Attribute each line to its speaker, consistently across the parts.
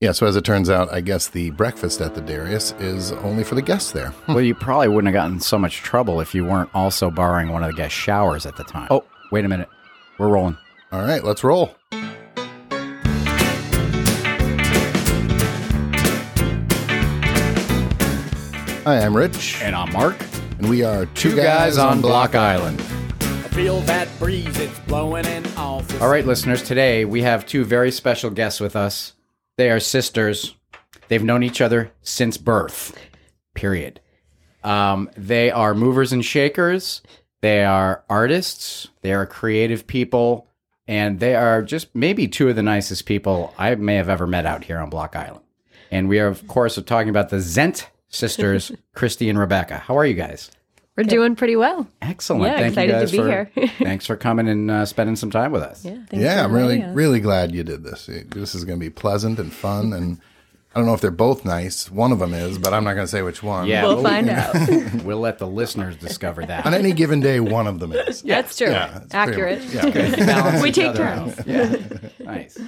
Speaker 1: Yeah, so as it turns out, I guess the breakfast at the Darius is only for the guests there.
Speaker 2: Well, you probably wouldn't have gotten in so much trouble if you weren't also borrowing one of the guest showers at the time. Oh, wait a minute. We're rolling.
Speaker 1: All right, let's roll. Hi, I'm Rich,
Speaker 2: And I'm Mark.
Speaker 1: and we are two,
Speaker 2: Two guys on Block Island.
Speaker 3: I feel that breeze, it's blowing in off.
Speaker 2: All right, listeners, today we have two very special guests with us. They are sisters. They've known each other since birth, period. Um, they are movers and shakers. They are artists. They are creative people. And they are just maybe two of the nicest people I may have ever met out here on Block Island. And we are, of course, talking about the Zent sisters, Christy and Rebecca. How are you guys?
Speaker 4: We're doing pretty well.
Speaker 2: Excellent.
Speaker 4: Yeah,
Speaker 2: Thank
Speaker 4: excited
Speaker 2: you
Speaker 4: to
Speaker 2: guys
Speaker 4: be
Speaker 2: for,
Speaker 4: here.
Speaker 2: thanks for coming and uh, spending some time with us.
Speaker 4: Yeah, thanks
Speaker 1: Yeah,
Speaker 4: for
Speaker 1: I'm really,
Speaker 4: having us.
Speaker 1: really glad you did this. This is going to be pleasant and fun, and I don't know if they're both nice. One of them is, but I'm not going to say which one.
Speaker 2: Yeah.
Speaker 4: We'll
Speaker 2: Well,
Speaker 4: find out.
Speaker 2: We'll let the listeners discover
Speaker 1: On
Speaker 2: that.
Speaker 1: any given day, one of them is.
Speaker 4: That's true.
Speaker 1: it's pretty
Speaker 4: Accurate.
Speaker 1: much- yeah.
Speaker 2: Balance
Speaker 4: We
Speaker 2: each
Speaker 4: take
Speaker 2: other
Speaker 4: turns.
Speaker 2: out. Yeah. nice.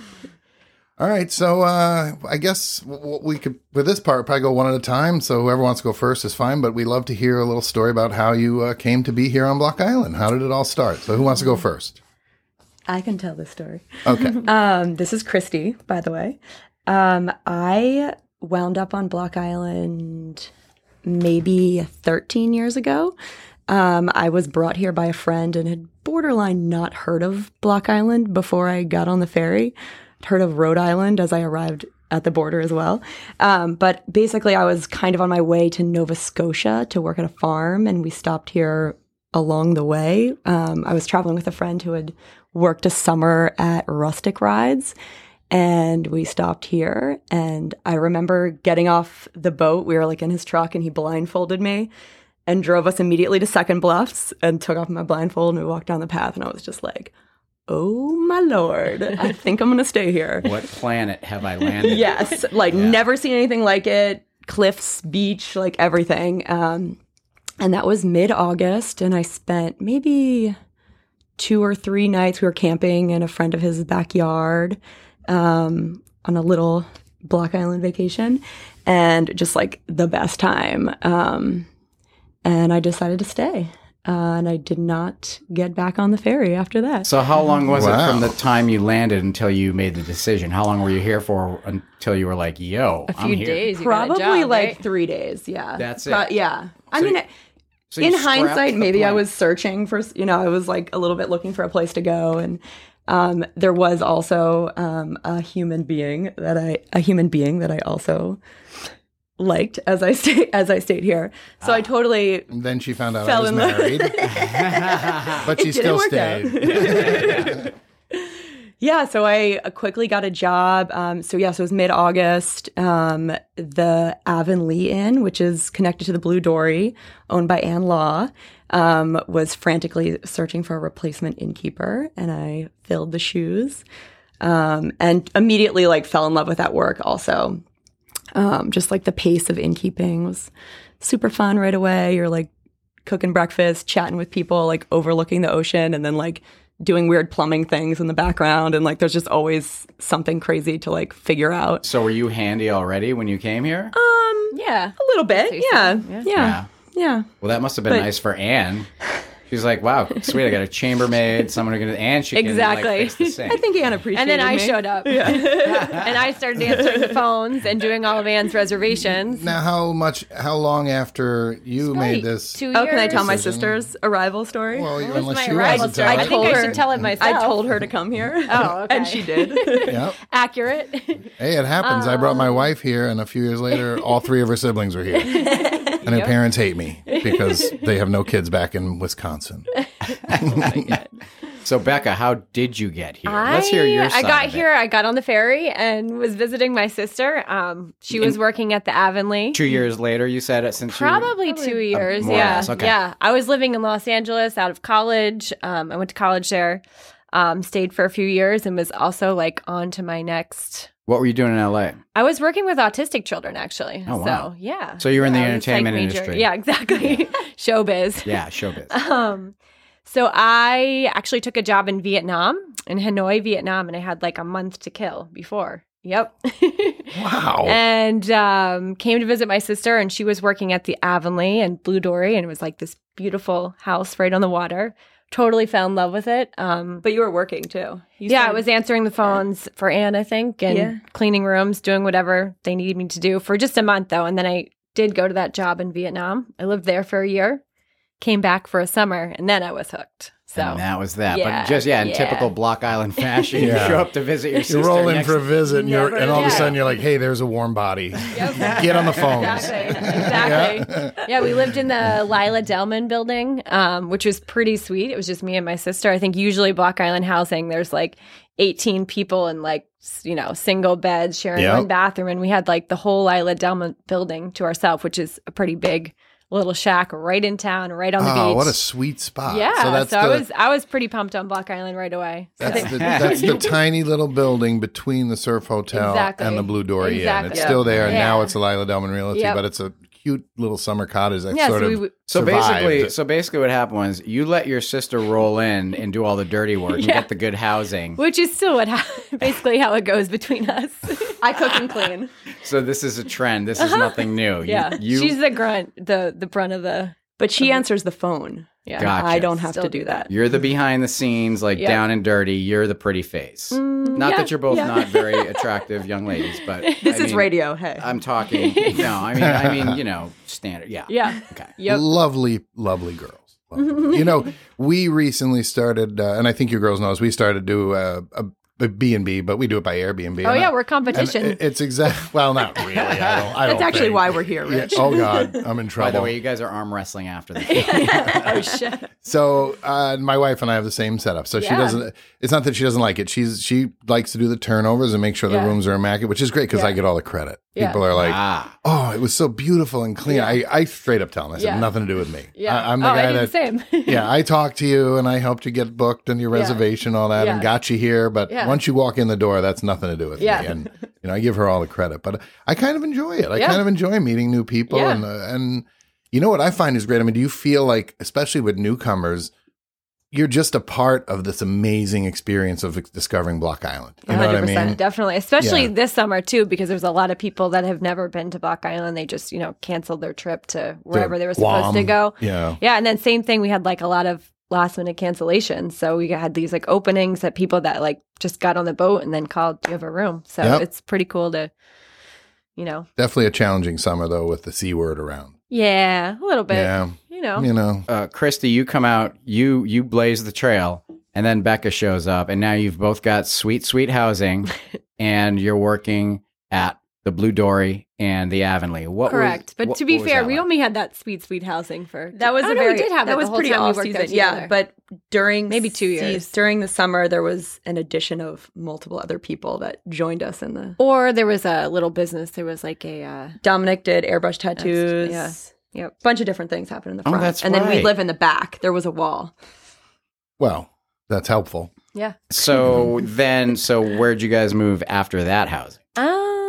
Speaker 1: All right, so uh, I guess w- w- we could, with this part, probably go one at a time. So whoever wants to go first is fine, but we love to hear a little story about how you uh, came to be here on Block Island. How did it all start? So who wants to go first?
Speaker 4: I can tell this story.
Speaker 1: Okay.
Speaker 4: Um, this is Christy, by the way. Um, I wound up on Block Island maybe 13 years ago. Um, I was brought here by a friend and had borderline not heard of Block Island before I got on the ferry. I'd heard of Rhode Island as I arrived at the border as well. Um, but basically, I was kind of on my way to Nova Scotia to work at a farm, and we stopped here along the way. Um, I was traveling with a friend who had worked a summer at Rustic Rides, and we stopped here. And I remember getting off the boat. We were like in his truck, and he blindfolded me and drove us immediately to Second Bluffs and took off my blindfold. And we walked down the path, and I was just like, Oh my lord, I think I'm gonna stay here.
Speaker 2: What planet have I landed?
Speaker 4: Yes, like never seen anything like it. Cliffs, beach, like everything. Um, and that was mid August, and I spent maybe two or three nights. We were camping in a friend of his backyard um, on a little Block Island vacation, and just like the best time. Um, and I decided to stay. Uh, and I did not get back on the ferry after that.
Speaker 2: So how long was it
Speaker 1: Wow.
Speaker 2: from the time you landed until you made the decision? How long were you here for until you were like, "Yo,
Speaker 5: a few
Speaker 2: I'm here.
Speaker 5: days. You
Speaker 4: Probably
Speaker 5: got a job,
Speaker 4: like
Speaker 5: right?
Speaker 4: three days. Yeah.
Speaker 2: That's
Speaker 4: Pro-
Speaker 2: it.
Speaker 4: yeah. I
Speaker 2: So
Speaker 4: mean,
Speaker 2: you-
Speaker 4: it-
Speaker 2: So you
Speaker 4: in
Speaker 2: scrapped
Speaker 4: hindsight,
Speaker 2: the
Speaker 4: maybe I
Speaker 2: plan.
Speaker 4: was searching for, you know, I was like a little bit looking for a place to go. And um, there was also um, a human being that I, a human being that I also liked as I stay, as I stayed here. So
Speaker 2: Ah.
Speaker 4: I totally
Speaker 1: And then she found out I
Speaker 4: Fell
Speaker 1: was
Speaker 4: in love.
Speaker 1: married, but she
Speaker 4: It
Speaker 1: still
Speaker 4: didn't work
Speaker 1: stayed.
Speaker 4: Yeah, so I quickly got a job. Um, so yeah, so it was mid August. Um, the Avonlea Inn, which is connected to the Blue Dory, owned by Anne Law, um, was frantically searching for a replacement innkeeper, and I filled the shoes, um, and immediately like fell in love with that work. Also, um, just like the pace of innkeeping was super fun right away. You're like cooking breakfast, chatting with people, like overlooking the ocean, and then like doing weird plumbing things in the background. And like there's just always something crazy to like figure out.
Speaker 2: So were you handy already when you came here?
Speaker 4: Uh,
Speaker 5: Yeah.
Speaker 4: A little bit. Yeah. Yeah.
Speaker 2: Yeah.
Speaker 4: Yeah.
Speaker 2: well, that must have been nice for Anne. She's like, "Wow, sweet! I got a chambermaid. Someone gonna and she
Speaker 4: Exactly.
Speaker 2: Can, like, fix the sink.
Speaker 4: I think Anne appreciated
Speaker 5: And then I
Speaker 4: me.
Speaker 5: showed up. and I started answering the phones and doing all of Anne's reservations.
Speaker 1: Now, how much, how long after you made this?
Speaker 5: Two
Speaker 4: Oh, can I tell my
Speaker 5: years.
Speaker 4: sister's arrival story?
Speaker 1: well, you,
Speaker 5: This
Speaker 1: unless
Speaker 5: is
Speaker 1: you
Speaker 5: my
Speaker 1: want
Speaker 5: arrival
Speaker 1: to tell
Speaker 5: story.
Speaker 4: I
Speaker 5: I
Speaker 1: it.
Speaker 5: think I
Speaker 4: told her-
Speaker 5: should tell
Speaker 2: Mm-hmm.
Speaker 5: it myself.
Speaker 4: I told her to come here.
Speaker 5: Oh, okay.
Speaker 4: And she did.
Speaker 1: Yep.
Speaker 5: accurate.
Speaker 1: Hey, it happens. I brought my
Speaker 4: Um,
Speaker 1: wife here, and a few years later, all three of her siblings were here. And her parents hate me because they have no kids back in Wisconsin.
Speaker 2: so. Becca, how did you get here? Let's hear your
Speaker 5: I
Speaker 2: side
Speaker 5: got
Speaker 2: of it.
Speaker 5: here. I got on the ferry and was visiting my sister. Um, she was working at the Avonlea.
Speaker 2: Mm-hmm. Two years later, you said it since you,
Speaker 5: Probably two years.
Speaker 2: more or
Speaker 5: yeah.
Speaker 2: less, okay.
Speaker 5: Yeah. I was living in Los Angeles out of college. Um, I went to college there, um, stayed for a few years, and was also like on to my next.
Speaker 2: What were you doing in LA?
Speaker 5: I was working with autistic children actually.
Speaker 2: Oh, wow.
Speaker 5: So, yeah.
Speaker 2: So you were in the
Speaker 5: I was a psych
Speaker 2: entertainment
Speaker 5: major.
Speaker 2: industry.
Speaker 5: Yeah, exactly. Showbiz.
Speaker 2: Yeah, showbiz.
Speaker 5: Um, so I actually took a job in Vietnam, in Hanoi, Vietnam, and I had like a month to kill before. Yep.
Speaker 2: Oh.
Speaker 1: Wow.
Speaker 5: and um, came to visit my sister, and she was working at the Avonlea and Blue Dory, and it was like this beautiful house right on the water. Totally fell in love with it. Um,
Speaker 4: But you were working too. You
Speaker 5: yeah, I
Speaker 4: started-
Speaker 5: was answering the phones for Anne, I think, and
Speaker 4: Yeah.
Speaker 5: cleaning rooms, doing whatever they needed me to do for just a month, though. And then I did go to that job in Vietnam. I lived there for a year, came back for a summer, and then I was hooked. So
Speaker 2: and that was that.
Speaker 5: Yeah,
Speaker 2: but just yeah, in
Speaker 5: yeah.
Speaker 2: typical Block Island fashion,
Speaker 1: Yeah.
Speaker 2: you show up to visit your sister.
Speaker 1: you roll in
Speaker 2: next-
Speaker 1: for a visit, and, you're,
Speaker 4: Never
Speaker 1: and all of a
Speaker 5: again.
Speaker 1: sudden you're like, "Hey, there's a warm body. Get on the phones."
Speaker 5: Exactly. Exactly.
Speaker 1: Yeah.
Speaker 5: yeah, we lived in the Lila Delman building, um, which was pretty sweet. It was just me and my sister. I think usually Block Island housing, there's like 18 people in like, s- you know, single beds sharing
Speaker 1: Yep.
Speaker 5: one bathroom. And we had like the whole Lila Delman building to ourselves, which is a pretty big little shack right in town, right on the
Speaker 1: Oh,
Speaker 5: beach.
Speaker 1: what a sweet spot.
Speaker 5: yeah,
Speaker 1: So
Speaker 5: so,
Speaker 1: that's
Speaker 5: I
Speaker 1: the,
Speaker 5: was I was pretty pumped on Block Island right away. So-
Speaker 1: that's the, that's the tiny little building between the Surf Hotel
Speaker 5: Exactly.
Speaker 1: and the Blue Dory Inn.
Speaker 5: Exactly.
Speaker 1: It's still there.
Speaker 5: Yeah.
Speaker 1: Now it's a Lila Delman Realty,
Speaker 5: Yep.
Speaker 1: but it's a cute little summer cottage that
Speaker 5: Yeah,
Speaker 1: sort
Speaker 5: so
Speaker 1: of
Speaker 5: we would-
Speaker 2: So
Speaker 1: survived.
Speaker 2: basically, so basically, what happened was you let your sister roll in and do all the dirty work and get the good housing.
Speaker 5: which is still what ha- basically how it goes between us.
Speaker 4: I cook and clean.
Speaker 2: So this is a trend. This is nothing new. You-
Speaker 5: Uh-huh. yeah,
Speaker 2: you,
Speaker 5: she's the grunt, the the brunt of the
Speaker 4: But she answers the phone.
Speaker 5: yeah.
Speaker 2: Gotcha.
Speaker 4: I don't have
Speaker 5: Still
Speaker 4: to do
Speaker 5: do
Speaker 4: that.
Speaker 2: You're the behind the scenes, like
Speaker 5: Yeah. Mm,
Speaker 2: down and dirty. You're the pretty face. not
Speaker 5: yeah,
Speaker 2: that you're both
Speaker 5: yeah.
Speaker 2: not very attractive young ladies, but
Speaker 4: This
Speaker 2: I
Speaker 4: is
Speaker 2: mean,
Speaker 4: radio. Hey.
Speaker 2: I'm talking. No, I mean, I mean, you know, standard. Yeah.
Speaker 5: Yeah.
Speaker 2: Okay.
Speaker 5: Yep.
Speaker 1: lovely, lovely girls. Lovely. you know, we recently started, uh, and I think you girls know this. We started to do uh, a a B and B, but we do it by Airbnb.
Speaker 5: Oh
Speaker 1: And
Speaker 5: yeah,
Speaker 1: I-
Speaker 5: we're
Speaker 1: and
Speaker 5: competition.
Speaker 1: it- it's exact. Well, not really. I don't. I
Speaker 4: That's
Speaker 1: don't
Speaker 4: actually
Speaker 1: think.
Speaker 4: why we're here,
Speaker 1: Yeah.
Speaker 4: Rich.
Speaker 1: Oh God, I'm in
Speaker 2: By
Speaker 1: trouble.
Speaker 2: the way, you guys are arm wrestling after that.
Speaker 5: oh shit.
Speaker 1: So uh, my wife and I have the same setup. So she
Speaker 5: Yeah.
Speaker 1: doesn't. It's not that she doesn't like it. She's she likes to do the turnovers and make sure the
Speaker 5: Yeah.
Speaker 1: rooms are immaculate, which is great because I get all the credit.
Speaker 5: Yeah.
Speaker 1: People are like,
Speaker 2: ah,
Speaker 1: "Oh, it was so beautiful and clean." I, I straight up tell them, "I said
Speaker 5: Yeah.
Speaker 1: nothing to do with me.
Speaker 5: Yeah.
Speaker 1: I, am the
Speaker 5: oh,
Speaker 1: guy
Speaker 5: I do
Speaker 1: that
Speaker 5: the same.
Speaker 1: yeah, I talked to you and I helped you get booked and your reservation, all that, and
Speaker 5: Yeah.
Speaker 1: got you here. But
Speaker 5: Yeah.
Speaker 1: once you walk in the door, that's nothing to do with
Speaker 5: Yeah.
Speaker 1: me. And you know, I give her all the credit, but I kind of enjoy it. I
Speaker 5: Yeah.
Speaker 1: kind of enjoy meeting new people,
Speaker 5: Yeah.
Speaker 1: and uh, and you know what I find is great. I mean, do you feel like, especially with newcomers? You're just a part of this amazing experience of discovering Block Island. You know what I mean?
Speaker 5: definitely. Especially
Speaker 1: Yeah.
Speaker 5: this summer too, because there's a lot of people that have never been to Block Island. They just, you know, canceled their trip to wherever they were supposed to
Speaker 1: Guam.
Speaker 5: go.
Speaker 1: Yeah.
Speaker 5: Yeah, and then same thing. We had like a lot of last minute cancellations, so we had these like openings that people that like just got on the boat and then called, "Do you have a room?" So
Speaker 1: Yep.
Speaker 5: it's pretty cool to, you know,
Speaker 1: Definitely a challenging summer though with the C word around.
Speaker 5: yeah, a little bit,
Speaker 1: yeah.
Speaker 5: you know,
Speaker 1: You know.
Speaker 2: uh, Christy, you come out. You you blaze the trail, and then Becca shows up, and now you've both got sweet sweet housing, and you're working at the Blue Dory and the Avonlea. What was-
Speaker 5: correct. but
Speaker 2: what-
Speaker 5: to be
Speaker 2: what was
Speaker 5: fair,
Speaker 2: that
Speaker 5: we
Speaker 2: like?
Speaker 5: only had that sweet, sweet housing for
Speaker 4: That was
Speaker 5: Oh,
Speaker 4: a
Speaker 5: no,
Speaker 4: very
Speaker 5: we did have
Speaker 4: that
Speaker 5: it
Speaker 4: was
Speaker 5: the whole
Speaker 4: pretty
Speaker 5: time we
Speaker 4: off
Speaker 5: worked there
Speaker 4: season. Yeah,
Speaker 5: together.
Speaker 4: but during
Speaker 5: Maybe two
Speaker 4: seas-
Speaker 5: years.
Speaker 4: during the summer, there was an addition of multiple other people that joined us in the.
Speaker 5: or there was a little business. There was like a uh,
Speaker 4: Dominic did airbrush tattoos.
Speaker 5: yeah. Yep.
Speaker 4: bunch of different things happened in the
Speaker 2: Oh,
Speaker 4: front,
Speaker 2: that's
Speaker 4: and then we
Speaker 2: right.
Speaker 4: live in the back. There was a wall.
Speaker 1: Well, that's helpful.
Speaker 5: yeah.
Speaker 2: So then, so where'd you guys move after that housing?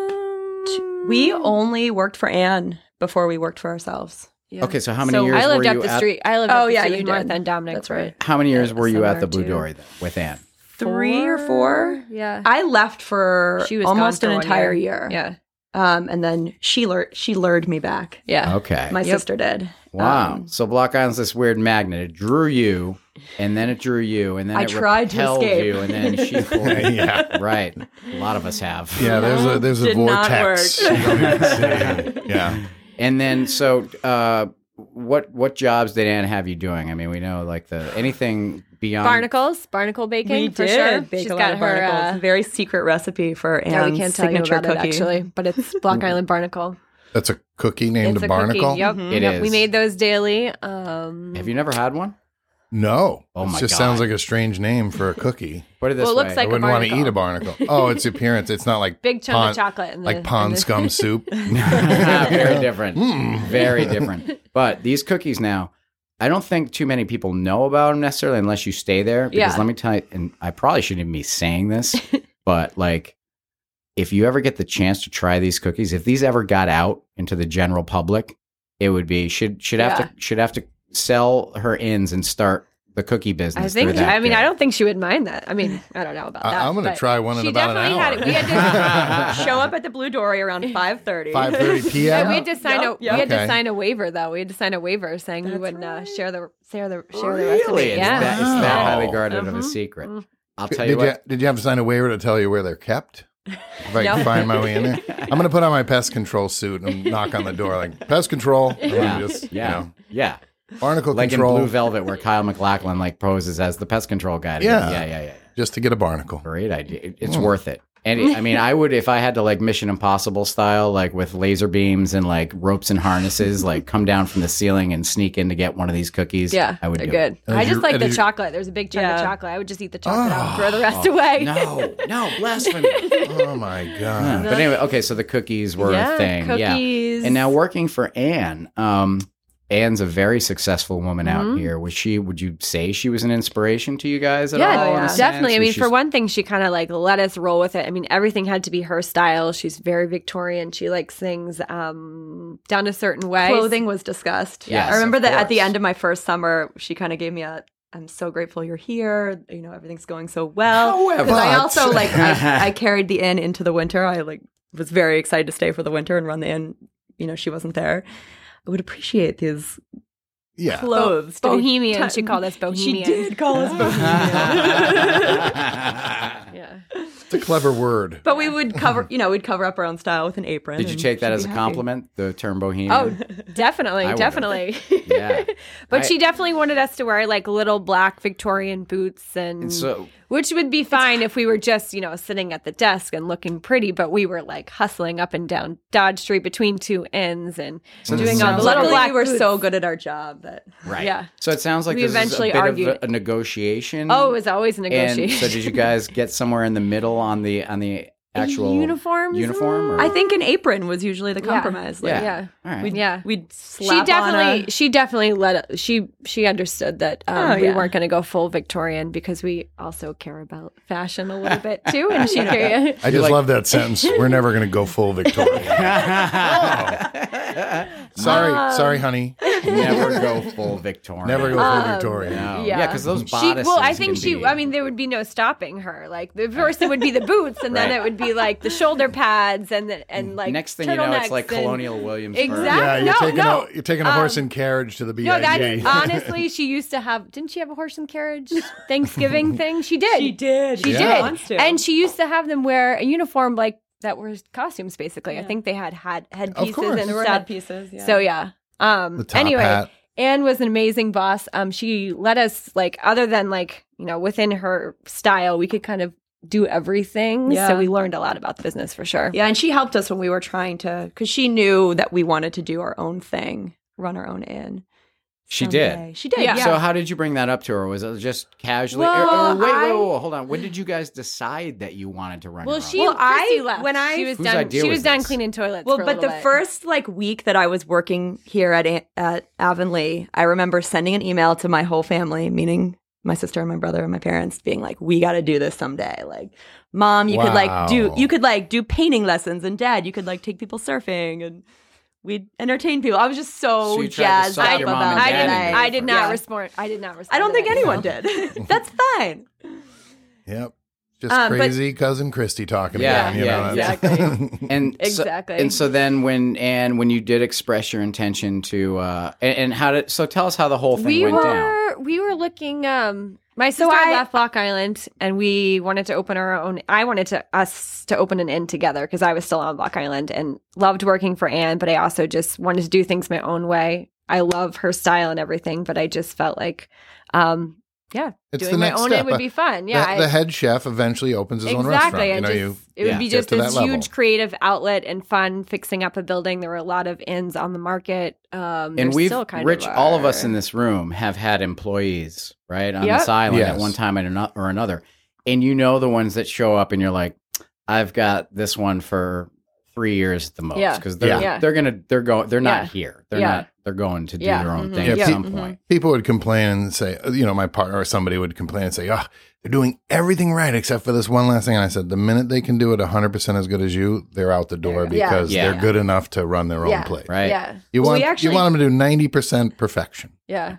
Speaker 5: Um,
Speaker 4: We only worked for Anne before we worked for ourselves. Yeah.
Speaker 2: Okay, so how many
Speaker 4: So
Speaker 2: years
Speaker 5: I lived
Speaker 2: were
Speaker 5: up
Speaker 2: you
Speaker 5: the
Speaker 2: at?
Speaker 5: street. I lived.
Speaker 4: Oh,
Speaker 5: up the
Speaker 4: yeah,
Speaker 5: street
Speaker 4: you
Speaker 5: with
Speaker 4: did.
Speaker 5: Martha and Dominic.
Speaker 4: That's
Speaker 5: for
Speaker 4: right.
Speaker 2: How many years
Speaker 5: Yeah,
Speaker 2: were you at
Speaker 5: summer
Speaker 2: the Blue
Speaker 5: too.
Speaker 2: Dory then, with Anne?
Speaker 4: Three or four.
Speaker 5: Yeah.
Speaker 4: I left for
Speaker 5: She was
Speaker 4: almost
Speaker 5: gone
Speaker 4: an
Speaker 5: for one
Speaker 4: entire year.
Speaker 5: year. Yeah.
Speaker 4: Um, and then she lured she lured me back.
Speaker 5: Yeah.
Speaker 2: Okay,
Speaker 4: My
Speaker 5: Yep.
Speaker 4: sister did.
Speaker 2: wow.
Speaker 4: Um,
Speaker 2: so Block Island's this weird magnet. It drew you, and then it drew you, and then
Speaker 4: I
Speaker 2: it
Speaker 4: tried to
Speaker 2: repelled
Speaker 4: escape.
Speaker 2: you, and then she pulled you.
Speaker 1: yeah.
Speaker 2: Right, a lot of us have.
Speaker 1: Yeah, there's a there's a
Speaker 4: Did not
Speaker 1: vortex.
Speaker 4: work.
Speaker 1: You know what I'm saying? yeah.
Speaker 2: And then, so uh, what? What jobs did Anne have you doing? I mean, we know like the anything beyond
Speaker 5: Barnacles, barnacle baking
Speaker 4: we
Speaker 5: for
Speaker 4: did
Speaker 5: sure.
Speaker 4: bake
Speaker 5: She's
Speaker 4: a lot
Speaker 5: got
Speaker 4: of
Speaker 5: her.
Speaker 4: barnacles.
Speaker 5: Uh,
Speaker 4: Very secret recipe for Anne's
Speaker 5: yeah, we can't tell you
Speaker 4: signature
Speaker 5: about
Speaker 4: cookie.
Speaker 5: it actually, but it's Block
Speaker 2: Mm-hmm.
Speaker 5: Island Barnacle.
Speaker 1: That's a cookie named
Speaker 5: it's
Speaker 1: a barnacle.
Speaker 5: Cookie. Yep,
Speaker 4: Mhm.
Speaker 2: It
Speaker 5: Yep,
Speaker 2: is.
Speaker 5: We made those daily. Um,
Speaker 2: Have you never had one?
Speaker 1: No.
Speaker 2: Oh
Speaker 1: it
Speaker 2: my
Speaker 1: just
Speaker 2: God.
Speaker 1: sounds like a strange name for a cookie.
Speaker 2: Put it this
Speaker 5: Well, it
Speaker 2: way.
Speaker 5: looks
Speaker 1: I
Speaker 5: like- a
Speaker 1: wouldn't want to
Speaker 5: barnacle.
Speaker 1: eat a barnacle. Oh, its appearance. It's not like
Speaker 5: big chunk
Speaker 1: pond,
Speaker 5: of chocolate in the,
Speaker 1: like pond
Speaker 5: in the-
Speaker 1: scum soup. Hmm.
Speaker 2: very different.
Speaker 1: Mm.
Speaker 2: Very different. But these cookies now, I don't think too many people know about them necessarily unless you stay there. Because
Speaker 5: Yeah.
Speaker 2: let me tell you, and I probably shouldn't even be saying this, but like, if you ever get the chance to try these cookies, if these ever got out into the general public, it would be should should have to should have to sell her ins and start the cookie business.
Speaker 5: I think.
Speaker 2: through that
Speaker 5: I mean,
Speaker 2: gate.
Speaker 5: I don't think she would mind that. I mean, I don't know about
Speaker 1: I-
Speaker 5: that.
Speaker 1: I'm gonna
Speaker 5: but
Speaker 1: try one in
Speaker 6: she
Speaker 1: about an
Speaker 6: definitely had
Speaker 1: hour.
Speaker 6: it. We had to show up at the Blue Dory around five thirty.
Speaker 1: 5:30 p.m.
Speaker 5: Yeah,
Speaker 6: we had to sign
Speaker 5: Yep,
Speaker 6: a.
Speaker 5: yep. We had
Speaker 1: Okay.
Speaker 5: to sign a waiver, though. We had to sign a waiver saying we wouldn't uh, share the share the share the rest of
Speaker 2: Really? It's
Speaker 5: it. Yeah,
Speaker 2: that, it's that
Speaker 1: Wow.
Speaker 2: highly guarded of a
Speaker 5: Mhm.
Speaker 2: secret.
Speaker 5: Mhm.
Speaker 2: I'll
Speaker 1: Did
Speaker 2: tell you what.
Speaker 1: you did you have to sign a waiver to tell you where they're kept? If I can
Speaker 5: No.
Speaker 1: find my way in there, I'm going to put on my pest control suit and knock on the door like pest control. and
Speaker 2: Yeah.
Speaker 1: just, you
Speaker 2: Yeah.
Speaker 1: know,
Speaker 2: Yeah.
Speaker 1: barnacle
Speaker 2: Like
Speaker 1: control
Speaker 2: in Blue Velvet, where Kyle McLachlan like poses as the pest control guy. together.
Speaker 1: Yeah.
Speaker 2: Yeah. Yeah. Yeah.
Speaker 1: just to get a barnacle.
Speaker 2: Great idea. It- It's
Speaker 1: Hmm.
Speaker 2: worth it. And it- I mean, I would if I had to like Mission Impossible style, like with laser beams and like ropes and harnesses, like come down from the ceiling and sneak in to get one of these cookies.
Speaker 5: yeah,
Speaker 2: I would
Speaker 5: they're
Speaker 2: do
Speaker 5: good.
Speaker 2: It.
Speaker 1: And
Speaker 5: I
Speaker 1: did
Speaker 5: just
Speaker 1: you-
Speaker 5: like
Speaker 1: and
Speaker 5: the
Speaker 1: did you-
Speaker 5: chocolate. There's a big chunk
Speaker 6: Yeah.
Speaker 5: of chocolate. I would just eat the chocolate out
Speaker 1: Oh.
Speaker 5: and throw the rest away.
Speaker 2: No, no, blasphemy.
Speaker 1: Oh my
Speaker 2: Yeah.
Speaker 1: god!
Speaker 2: Uh, But anyway, okay, so the cookies were a
Speaker 5: yeah,
Speaker 2: thing. Yeah.
Speaker 5: Cookies.
Speaker 2: And now working for Anne, um, Anne's a very successful woman out
Speaker 5: Mhm.
Speaker 2: here. Was she would you say she was an inspiration to you guys at
Speaker 5: yeah,
Speaker 2: all? in a sense?
Speaker 5: definitely. I
Speaker 2: Was
Speaker 5: mean,
Speaker 2: she-
Speaker 5: for one thing, she kind of like let us roll with it. I mean, everything had to be her style. She's very Victorian. She likes things um, done a certain way.
Speaker 4: Clothing was discussed.
Speaker 2: Yes,
Speaker 4: I remember
Speaker 2: of
Speaker 4: that at the
Speaker 2: course.
Speaker 4: end of my first summer, she kind of gave me a I'm so grateful you're here. You know, everything's going so well.
Speaker 2: However-
Speaker 4: Because I
Speaker 1: But-
Speaker 4: also like I, I carried the inn into the winter. I like was very excited to stay for the winter and run the inn. You know, she wasn't there. I would appreciate these
Speaker 1: Yeah,
Speaker 4: clothes. to be
Speaker 5: bohemian.
Speaker 4: tight-
Speaker 5: she called us
Speaker 4: She
Speaker 5: bohemian.
Speaker 4: did call us bohemian.
Speaker 5: Yeah.
Speaker 1: it's a clever word.
Speaker 4: but we would cover, you know, we'd cover up our own style with an apron.
Speaker 2: Did you
Speaker 4: and
Speaker 2: take that
Speaker 4: she'd
Speaker 2: as a
Speaker 4: be happy.
Speaker 2: compliment? The term bohemian.
Speaker 5: Oh, definitely,
Speaker 2: I would've.
Speaker 5: definitely.
Speaker 2: Yeah.
Speaker 5: but
Speaker 2: I-
Speaker 5: she definitely wanted us to wear like little black Victorian boots and,
Speaker 2: and so
Speaker 5: which would be fine if we were just, you know, sitting at the desk and looking pretty, but we were like hustling up and down Dodge Street between two ends and doing all the little
Speaker 4: Luckily,
Speaker 5: black
Speaker 4: we were
Speaker 5: boots.
Speaker 4: so good at our job that
Speaker 2: right.
Speaker 5: Yeah.
Speaker 2: So it sounds like
Speaker 5: We
Speaker 2: this
Speaker 5: eventually
Speaker 2: is a bit of
Speaker 5: argued.
Speaker 2: a, a negotiation.
Speaker 5: Oh, it was always a negotiation.
Speaker 2: And so did you guys get somewhere in the middle on the on the actual
Speaker 5: Uniforms?
Speaker 2: Uniform? Or?
Speaker 4: I think an apron was usually the compromise. Like,
Speaker 2: Yeah.
Speaker 5: yeah.
Speaker 2: All right.
Speaker 4: We'd,
Speaker 5: Yeah.
Speaker 4: we'd slap
Speaker 5: She definitely,
Speaker 4: on a,
Speaker 5: she definitely let she she understood that um,
Speaker 4: Oh,
Speaker 5: we
Speaker 4: yeah.
Speaker 5: weren't going to go full Victorian because we also care about fashion a little bit too, and she cared.
Speaker 1: I just love that sentence. We're never going to go full Victorian. sorry, sorry, honey.
Speaker 2: Never go full Victorian.
Speaker 1: Never go full
Speaker 5: Um,
Speaker 1: Victorian.
Speaker 2: No.
Speaker 4: Oh,
Speaker 5: Yeah.
Speaker 2: Yeah, because those
Speaker 5: She,
Speaker 2: bodices.
Speaker 5: well, I think
Speaker 2: can
Speaker 5: she.
Speaker 2: be-
Speaker 5: I mean, there would be no stopping her. Like the first, it would be the boots, and then
Speaker 2: Right. Mm,
Speaker 5: it would be like the shoulder pads, and the, and like
Speaker 2: next thing you know, it's
Speaker 5: turtlenecks
Speaker 2: like
Speaker 5: and-
Speaker 2: Colonial Williams.
Speaker 5: Exact-
Speaker 1: Yeah, you're
Speaker 5: Um, No,
Speaker 1: taking
Speaker 5: no. Um,
Speaker 1: a you're taking a horse and carriage to the BIG.
Speaker 5: No, that's honestly, she used to have. Didn't she have a horse and carriage Thanksgiving thing? She did.
Speaker 4: she did.
Speaker 5: She
Speaker 1: Yeah.
Speaker 5: did.
Speaker 4: Wants to.
Speaker 5: And she used to have them wear a uniform like that were costumes basically. I think they had had headpieces
Speaker 1: course.
Speaker 5: and
Speaker 1: There
Speaker 4: there were
Speaker 5: stuff.
Speaker 4: pieces. Yeah.
Speaker 5: So yeah. Um
Speaker 1: The top
Speaker 5: anyway,
Speaker 1: hat.
Speaker 5: Anne was an amazing boss. Um she let us like other than like, you know, within her style, we could kind of do everything.
Speaker 4: Yeah.
Speaker 5: So we learned a lot about the business for sure.
Speaker 4: yeah, and she helped us when we were trying to, because she knew that we wanted to do our own thing, run our own inn.
Speaker 2: She
Speaker 4: someday.
Speaker 2: did.
Speaker 4: She did.
Speaker 5: Yeah.
Speaker 4: Yeah.
Speaker 2: So how did you bring that up to her? Was it just casually? or-
Speaker 5: Well,
Speaker 2: or, wait, wait,
Speaker 5: I-
Speaker 2: wait, wait, hold on. When did you guys decide that you wanted to run?
Speaker 5: Well,
Speaker 2: your
Speaker 5: she
Speaker 2: own?
Speaker 4: Well,
Speaker 5: Christy
Speaker 4: I-
Speaker 5: left.
Speaker 4: when I-
Speaker 5: she was
Speaker 2: Whose
Speaker 5: done
Speaker 2: idea
Speaker 5: she was,
Speaker 2: was
Speaker 5: done
Speaker 2: this?
Speaker 5: cleaning toilets.
Speaker 4: well,
Speaker 5: for a
Speaker 4: but the
Speaker 5: little bit.
Speaker 4: first like week that I was working here at A- at Avonlea, I remember sending an email to my whole family, meaning my sister and my brother and my parents, being like, "We got to do this someday." Like, mom, you could like do
Speaker 1: Wow.
Speaker 4: you could like do painting lessons, and dad, you could like take people surfing, and we'd entertain people. I was just
Speaker 2: So
Speaker 4: so,
Speaker 2: you tried to
Speaker 4: jazzed
Speaker 2: suck
Speaker 4: up
Speaker 2: your
Speaker 4: about
Speaker 2: mom and dad
Speaker 5: I did
Speaker 2: into
Speaker 4: that.
Speaker 2: it.
Speaker 5: I did not
Speaker 4: Yeah.
Speaker 5: respond I did not respond.
Speaker 4: I don't
Speaker 5: to
Speaker 4: think
Speaker 5: that
Speaker 4: anyone
Speaker 5: email.
Speaker 4: did. That's fine.
Speaker 1: Yep. Just
Speaker 4: Um, but-
Speaker 1: crazy cousin Christy talking
Speaker 2: Yeah,
Speaker 1: about it, you
Speaker 2: yeah,
Speaker 1: know, it's-
Speaker 2: and so-
Speaker 5: Exactly.
Speaker 2: and so then when and when you did express your intention to uh and, and how did so tell us how the whole thing
Speaker 5: we
Speaker 2: went
Speaker 5: were
Speaker 2: down.
Speaker 5: we were looking um my sister
Speaker 4: I-
Speaker 5: left Block Island and we wanted to open our own I wanted to us to open an inn together because I was still on Block Island and loved working for Anne, but I also just wanted to do things my own way. I love her style and everything, but I just felt like um
Speaker 1: It's
Speaker 5: doing my own inn
Speaker 1: Uh,
Speaker 5: would be fun.
Speaker 1: the-
Speaker 5: Yeah. I-
Speaker 1: the, head chef eventually opens his own restaurant.
Speaker 5: exactly.
Speaker 1: You know,
Speaker 5: I
Speaker 1: you
Speaker 5: just, it would
Speaker 2: yeah,
Speaker 5: be
Speaker 1: get
Speaker 5: just
Speaker 1: to that
Speaker 5: this
Speaker 1: level.
Speaker 5: huge creative outlet and fun fixing up a building. There were a lot of inns on the market. Um, there
Speaker 2: And we've
Speaker 5: still kind
Speaker 2: Rich,
Speaker 5: of
Speaker 2: all of us
Speaker 5: are.
Speaker 2: in this room have had employees, right, on
Speaker 5: Yep.
Speaker 2: this island at
Speaker 1: Yes.
Speaker 2: one time and ano- or another. And you know the ones that show up and you're like, I've got this one for three years at the most.
Speaker 5: Yeah.
Speaker 2: Because they're
Speaker 5: Yeah.
Speaker 2: they're gonna they're going they're
Speaker 5: Yeah.
Speaker 2: not here. They're
Speaker 5: Yeah.
Speaker 2: not they're going to do
Speaker 5: Yeah.
Speaker 2: their own
Speaker 5: Mhm.
Speaker 2: thing
Speaker 1: Yeah,
Speaker 2: at
Speaker 1: pe-
Speaker 2: some
Speaker 5: Mhm.
Speaker 2: point.
Speaker 1: people would complain and say, uh, you know, my partner or somebody would complain and say, oh, they're doing everything right except for this one last thing. And I said, the minute they can do it 100% as good as you, they're out the door
Speaker 5: Yeah.
Speaker 1: because
Speaker 2: Yeah.
Speaker 1: they're good enough to run their own
Speaker 5: Yeah.
Speaker 1: place.
Speaker 2: Right.
Speaker 5: Yeah.
Speaker 1: You
Speaker 5: Well,
Speaker 1: want
Speaker 5: we
Speaker 1: you
Speaker 5: actually-
Speaker 1: want them to do 90% perfection.
Speaker 5: Yeah.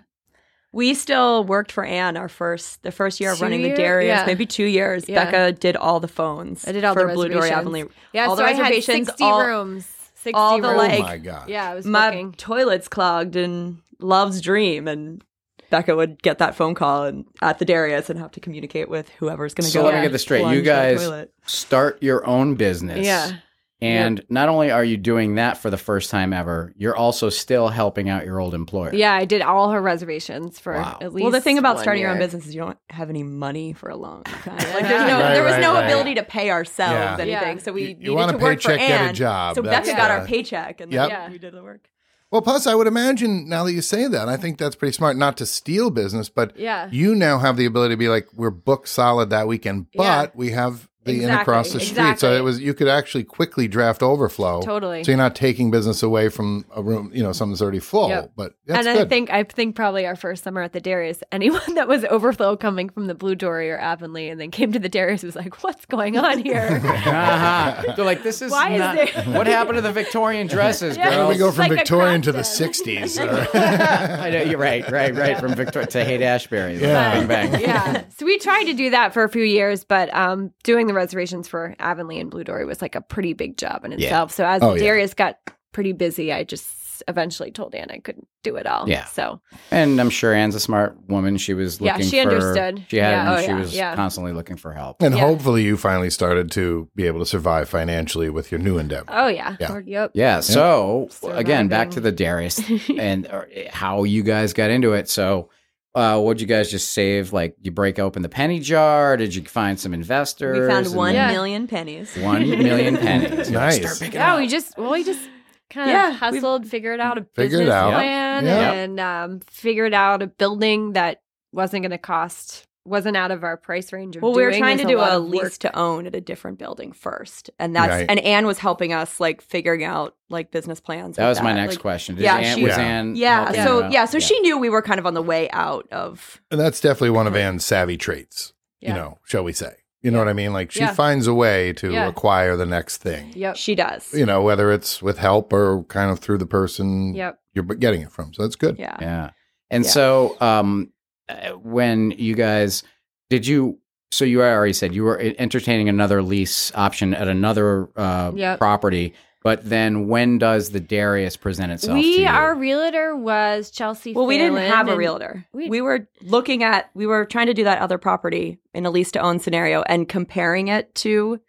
Speaker 4: we still worked for Anne our first the first year of
Speaker 5: Two
Speaker 4: running
Speaker 5: year?
Speaker 4: the dairy. It was
Speaker 5: Yeah.
Speaker 4: maybe two years.
Speaker 5: Yeah.
Speaker 4: Becca did all the phones.
Speaker 5: I did all
Speaker 4: for
Speaker 5: the
Speaker 4: Blue Dory Avenue.
Speaker 5: Yeah,
Speaker 4: all
Speaker 5: so
Speaker 4: the
Speaker 5: I had
Speaker 4: reservations,
Speaker 5: sixty
Speaker 4: all-
Speaker 5: rooms. Sixty
Speaker 4: all the,
Speaker 5: rooms.
Speaker 4: like-
Speaker 1: oh my god.
Speaker 5: yeah, I was
Speaker 4: My
Speaker 5: fucking.
Speaker 4: toilet's clogged and Love's Dream and. Becca would get that phone call and at the Darius and have to communicate with whoever's going to
Speaker 2: So
Speaker 4: go.
Speaker 2: let me get this straight. You
Speaker 4: plunge the
Speaker 2: guys
Speaker 4: toilet.
Speaker 2: start your own business.
Speaker 5: Yeah.
Speaker 2: And not only are you doing that for the first time ever, you're also still helping out your old employer.
Speaker 5: Yeah, I did all her reservations for
Speaker 2: Wow.
Speaker 5: at least.
Speaker 4: Well, the thing about
Speaker 5: one
Speaker 4: starting your own
Speaker 5: year.
Speaker 4: business is you don't have any money for a long time. Like, there's
Speaker 5: Yeah.
Speaker 4: no,
Speaker 1: Right,
Speaker 4: there was
Speaker 1: right,
Speaker 4: no
Speaker 1: right.
Speaker 4: ability to pay ourselves
Speaker 1: Yeah.
Speaker 4: anything,
Speaker 5: Yeah.
Speaker 4: so we
Speaker 1: You- you
Speaker 4: needed
Speaker 1: want a
Speaker 4: to work for
Speaker 1: paycheck, get a
Speaker 4: Anne.
Speaker 1: job.
Speaker 4: So
Speaker 1: That's
Speaker 4: Becca got
Speaker 1: the-
Speaker 4: our paycheck, and
Speaker 1: Yep.
Speaker 4: then
Speaker 5: Yeah.
Speaker 4: you did the work.
Speaker 1: Well, plus I would imagine now that you say that, I think that's pretty smart not to steal business, but
Speaker 5: Yeah.
Speaker 1: you now have the ability to be like, we're booked solid that weekend, but
Speaker 5: Yeah.
Speaker 1: we have the inn
Speaker 5: Exactly,
Speaker 1: across the street. So
Speaker 5: exactly.
Speaker 1: it was you could actually quickly draft overflow.
Speaker 5: Totally.
Speaker 1: So you're not taking business away from a room, you know, someone's already full.
Speaker 5: Yep.
Speaker 1: But that's
Speaker 5: and
Speaker 1: good.
Speaker 5: I think I think probably our first summer at the Darius, anyone that was overflow coming from the Blue Dory or Avonlea and then came to the Darius was like, "What's going on here?
Speaker 2: Uh-huh. They're like, this is
Speaker 5: Why is
Speaker 2: not-
Speaker 5: there-
Speaker 2: what happened to the Victorian dresses,
Speaker 5: Yeah.
Speaker 1: Why don't
Speaker 2: girls?
Speaker 1: we go from
Speaker 5: Like a
Speaker 1: Victorian to the
Speaker 5: crop dust.
Speaker 1: sixties. or-
Speaker 2: I know, you're right, right, right. From Victoria to Haight Ashbury.
Speaker 1: Yeah.
Speaker 2: Bang, bang.
Speaker 5: yeah." So we tried to do that for a few years, but um, doing the reservations for Avonlea and Blue Dory was like a pretty big job in itself. So as
Speaker 1: Oh,
Speaker 5: the
Speaker 1: yeah.
Speaker 5: Darius got pretty busy, I just eventually told Anne I couldn't do it all.
Speaker 2: Yeah.
Speaker 5: So
Speaker 2: And I'm sure Anne's a smart woman. She was
Speaker 5: Yeah,
Speaker 2: looking
Speaker 5: she
Speaker 2: for-
Speaker 5: understood.
Speaker 2: She had
Speaker 5: Yeah.
Speaker 2: and
Speaker 5: Oh,
Speaker 2: she
Speaker 5: yeah,
Speaker 2: was
Speaker 5: yeah.
Speaker 2: constantly looking for help.
Speaker 1: and
Speaker 5: Yeah.
Speaker 1: hopefully you finally started to be able to survive financially with your new endeavor.
Speaker 5: oh yeah,
Speaker 1: Yeah.
Speaker 5: Or- yep.
Speaker 2: Yeah. So again, back
Speaker 5: Surviving.
Speaker 2: to the Darius and or, how you guys got into it. So, uh, what'd you guys just save? Like, you break open the penny jar? Did you find some investors?
Speaker 4: We found
Speaker 2: And
Speaker 4: one
Speaker 2: then-
Speaker 5: Yeah.
Speaker 4: million pennies.
Speaker 2: one million pennies.
Speaker 1: Nice.
Speaker 2: Start picking
Speaker 5: Yeah,
Speaker 2: up.
Speaker 5: we just well, we just kind of
Speaker 4: Yeah, we've-
Speaker 5: hustled, figured out a
Speaker 1: Figured
Speaker 5: business
Speaker 1: out.
Speaker 5: plan,
Speaker 1: Yeah.
Speaker 5: and um, figured out a building that wasn't going to cost, wasn't out of our price range. Of
Speaker 4: Well, we were
Speaker 5: doing.
Speaker 4: trying to
Speaker 5: There's
Speaker 4: do
Speaker 5: lot
Speaker 4: a,
Speaker 5: of work.
Speaker 4: lease to own at a different building first, and that's
Speaker 1: Right.
Speaker 4: and Anne was helping us like figuring out like business plans.
Speaker 2: That
Speaker 4: with
Speaker 2: was my next
Speaker 4: Like,
Speaker 2: question. Did
Speaker 4: yeah,
Speaker 2: Ann,
Speaker 4: she-
Speaker 2: was
Speaker 1: Yeah.
Speaker 2: Ann
Speaker 4: Yeah,
Speaker 2: helping you
Speaker 4: so
Speaker 2: out?
Speaker 4: yeah, so she knew we were kind of on the way out of
Speaker 1: And that's definitely one of Anne's savvy traits,
Speaker 5: Yeah.
Speaker 1: you know, shall we say. You know what I mean? Like she
Speaker 5: Yeah.
Speaker 1: finds a way to
Speaker 5: Yeah.
Speaker 1: acquire the next thing.
Speaker 5: Yep.
Speaker 4: she does.
Speaker 1: You know, whether it's with help or kind of through the person
Speaker 5: Yep.
Speaker 1: you're b- getting it from. So that's good.
Speaker 4: Yeah.
Speaker 2: Yeah. And
Speaker 4: Yeah.
Speaker 2: so um uh, when you guys did you so you already said you were entertaining another lease option at another uh
Speaker 5: Yep.
Speaker 2: property, but then when does the Darius present itself to
Speaker 5: We
Speaker 2: you?
Speaker 5: our realtor was Chelsea.
Speaker 4: Well, we didn't
Speaker 5: Phelan,
Speaker 4: have a
Speaker 5: and-
Speaker 4: realtor.
Speaker 5: we-
Speaker 4: We, were looking at, we were trying to do that other property in a lease to own scenario and comparing it to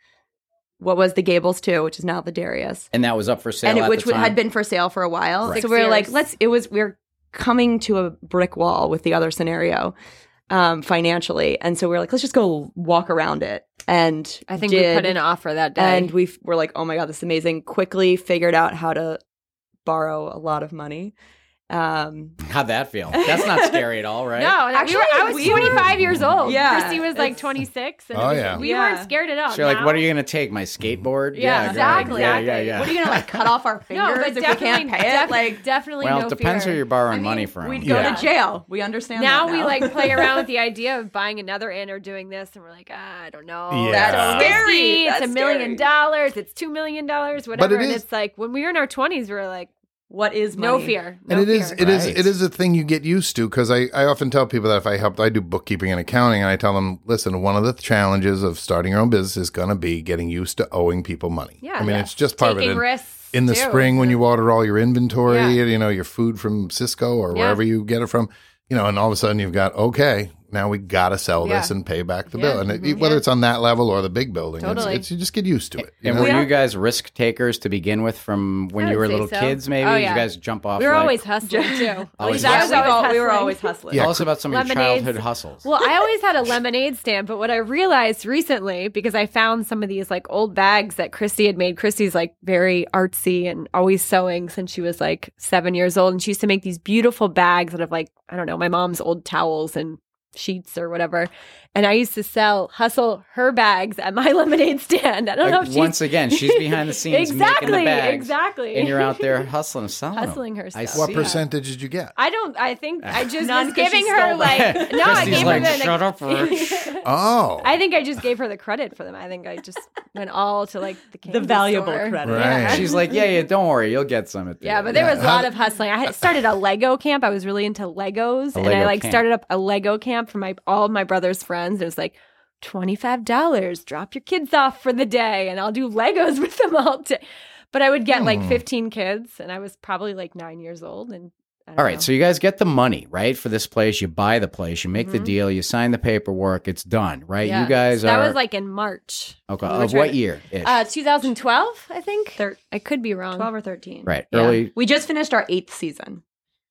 Speaker 4: what was the Gables 2, which is now the Darius,
Speaker 2: and that was up for sale
Speaker 4: and it,
Speaker 2: at
Speaker 4: which
Speaker 2: the time?
Speaker 4: had been for sale for a while.
Speaker 5: Right.
Speaker 4: So we were
Speaker 5: Six
Speaker 4: like,
Speaker 5: years.
Speaker 4: let's, it was, we are coming to a brick wall with the other scenario um, financially. And so we were like, let's just go walk around it. And
Speaker 5: I think we
Speaker 4: did,
Speaker 5: put in an offer that day.
Speaker 4: and we f- were like, oh my God, this is amazing. Quickly figured out how to borrow a lot of money. Um,
Speaker 2: How'd that feel? That's not scary at all, right?
Speaker 5: no, actually,
Speaker 4: Actually,
Speaker 5: we were, I was
Speaker 4: we were-
Speaker 5: 25 years old.
Speaker 4: Yeah,
Speaker 5: Christy was like
Speaker 4: it's-
Speaker 5: 26. And
Speaker 1: Oh,
Speaker 5: it was-
Speaker 1: yeah.
Speaker 5: We
Speaker 4: Yeah.
Speaker 5: weren't scared at all.
Speaker 2: So you're like,
Speaker 5: Now-
Speaker 2: what are you gonna take? My skateboard?
Speaker 5: Yeah,
Speaker 2: go ahead.
Speaker 5: exactly,
Speaker 2: Yeah, yeah,
Speaker 5: exactly.
Speaker 2: yeah.
Speaker 4: What are you gonna like cut off our
Speaker 5: No,
Speaker 4: fingers
Speaker 5: but
Speaker 4: if we
Speaker 5: definitely,
Speaker 4: can't pay
Speaker 5: def-
Speaker 4: it? Like
Speaker 5: definitely.
Speaker 2: well,
Speaker 5: no
Speaker 2: it depends
Speaker 5: fear.
Speaker 2: who you're borrowing
Speaker 5: I mean,
Speaker 2: money from.
Speaker 4: we'd go
Speaker 1: Yeah.
Speaker 4: to jail. We understand.
Speaker 5: now,
Speaker 4: that
Speaker 5: we
Speaker 4: now.
Speaker 5: like play around with the idea of buying another inn or doing this, and we're like, ah, I don't know.
Speaker 1: Yeah. That's
Speaker 5: It's
Speaker 4: scary.
Speaker 5: risky. It's
Speaker 4: That's
Speaker 5: a million
Speaker 4: scary.
Speaker 5: dollars. It's two million dollars.
Speaker 1: But
Speaker 5: Whatever.
Speaker 1: it
Speaker 5: and
Speaker 1: is-
Speaker 5: it's like when we were in our twenties, we were like,
Speaker 4: what is money?
Speaker 5: no fear. No
Speaker 1: And it is,
Speaker 5: fear.
Speaker 1: it is,
Speaker 2: Right.
Speaker 1: it is a thing you get used to because I, I often tell people that if I help, I do bookkeeping and accounting, and I tell them, listen, one of the challenges of starting your own business is going to be getting used to owing people money.
Speaker 5: Yeah.
Speaker 1: I mean,
Speaker 5: Yeah.
Speaker 1: it's just part
Speaker 5: taking
Speaker 1: of it. And
Speaker 5: risks
Speaker 1: in the
Speaker 5: too.
Speaker 1: spring when you order all your inventory,
Speaker 5: Yeah.
Speaker 1: you know, your food from Cisco or
Speaker 5: Yeah.
Speaker 1: wherever you get it from, you know, and all of a sudden you've got, okay, now we got to sell this
Speaker 5: Yeah.
Speaker 1: and pay back the
Speaker 5: Yeah.
Speaker 1: bill. And it,
Speaker 5: Mhm.
Speaker 1: whether
Speaker 5: Yeah.
Speaker 1: it's on that level or the big building,
Speaker 5: Totally.
Speaker 1: it's, it's, you just get used to it. you
Speaker 2: And
Speaker 1: know?
Speaker 2: were you guys risk takers to begin with from when
Speaker 5: I
Speaker 2: you
Speaker 5: would
Speaker 2: were
Speaker 5: say
Speaker 2: little
Speaker 5: so.
Speaker 2: kids, maybe?
Speaker 5: Oh,
Speaker 2: Did
Speaker 5: yeah.
Speaker 2: You guys jump off.
Speaker 5: We were
Speaker 2: like-
Speaker 5: always hustling too. At
Speaker 2: Always
Speaker 5: least I was
Speaker 4: we,
Speaker 5: always
Speaker 4: all- we were
Speaker 5: hustling.
Speaker 4: always hustling.
Speaker 1: Yeah.
Speaker 2: Tell us about some of your
Speaker 5: Lemonades.
Speaker 2: childhood hustles.
Speaker 5: Well, I always had a lemonade stand, but what I realized recently, because I found some of these like old bags that Christy had made. Christy's like very artsy and always sewing since she was like seven years old. And she used to make these beautiful bags out of like, I don't know, my mom's old towels and sheets or whatever. And I used to sell hustle her bags at my lemonade stand. I don't know if
Speaker 2: Like,
Speaker 5: she's
Speaker 2: once again, she's behind the scenes
Speaker 5: exactly,
Speaker 2: making the bags,
Speaker 5: exactly.
Speaker 2: and you're out there hustling and selling 'em.
Speaker 5: Hustling her
Speaker 2: I
Speaker 5: stuff.
Speaker 1: What
Speaker 2: see.
Speaker 1: percentage did you get?
Speaker 5: I don't. I think I just
Speaker 6: None
Speaker 5: was
Speaker 6: 'cause she
Speaker 5: giving her
Speaker 6: stole
Speaker 5: like
Speaker 2: them.
Speaker 5: no. I
Speaker 2: Christy's
Speaker 5: gave
Speaker 2: like,
Speaker 5: her the
Speaker 2: "Shut up, Rich."
Speaker 1: Oh,
Speaker 5: I think I just gave her the credit for them. I think I just went all to like the candy
Speaker 6: The valuable
Speaker 5: store.
Speaker 6: credit.
Speaker 1: right.
Speaker 2: She's like, yeah, yeah, don't worry, you'll get some at the
Speaker 5: Yeah,
Speaker 2: end."
Speaker 5: but there was a
Speaker 1: How
Speaker 5: lot
Speaker 1: d-
Speaker 5: of hustling. I had started a Lego camp. I was really into Legos, and
Speaker 2: Lego
Speaker 5: I like
Speaker 2: camp.
Speaker 5: started up a Lego camp for my all of my brother's friends. And it was like twenty five dollars. Drop your kids off for the day, and I'll do Legos with them all day. But I would get like
Speaker 2: Hmm.
Speaker 5: fifteen kids, and I was probably like nine years old. And I don't
Speaker 2: All
Speaker 5: know.
Speaker 2: right, so you guys get the money, right, for this place. You buy the place, you make the deal, you sign the paperwork, it's done, right?
Speaker 5: Mm-hmm. Yeah.
Speaker 2: You guys
Speaker 5: that
Speaker 2: are
Speaker 5: was like in March.
Speaker 2: okay,
Speaker 5: we were
Speaker 2: of
Speaker 5: trying
Speaker 2: what
Speaker 5: to-
Speaker 2: year? ish?
Speaker 5: Uh, 2012, I think.
Speaker 4: Thir-
Speaker 5: I could be wrong.
Speaker 4: 12 or 13.
Speaker 2: right,
Speaker 5: yeah.
Speaker 2: early
Speaker 4: We just finished our eighth season.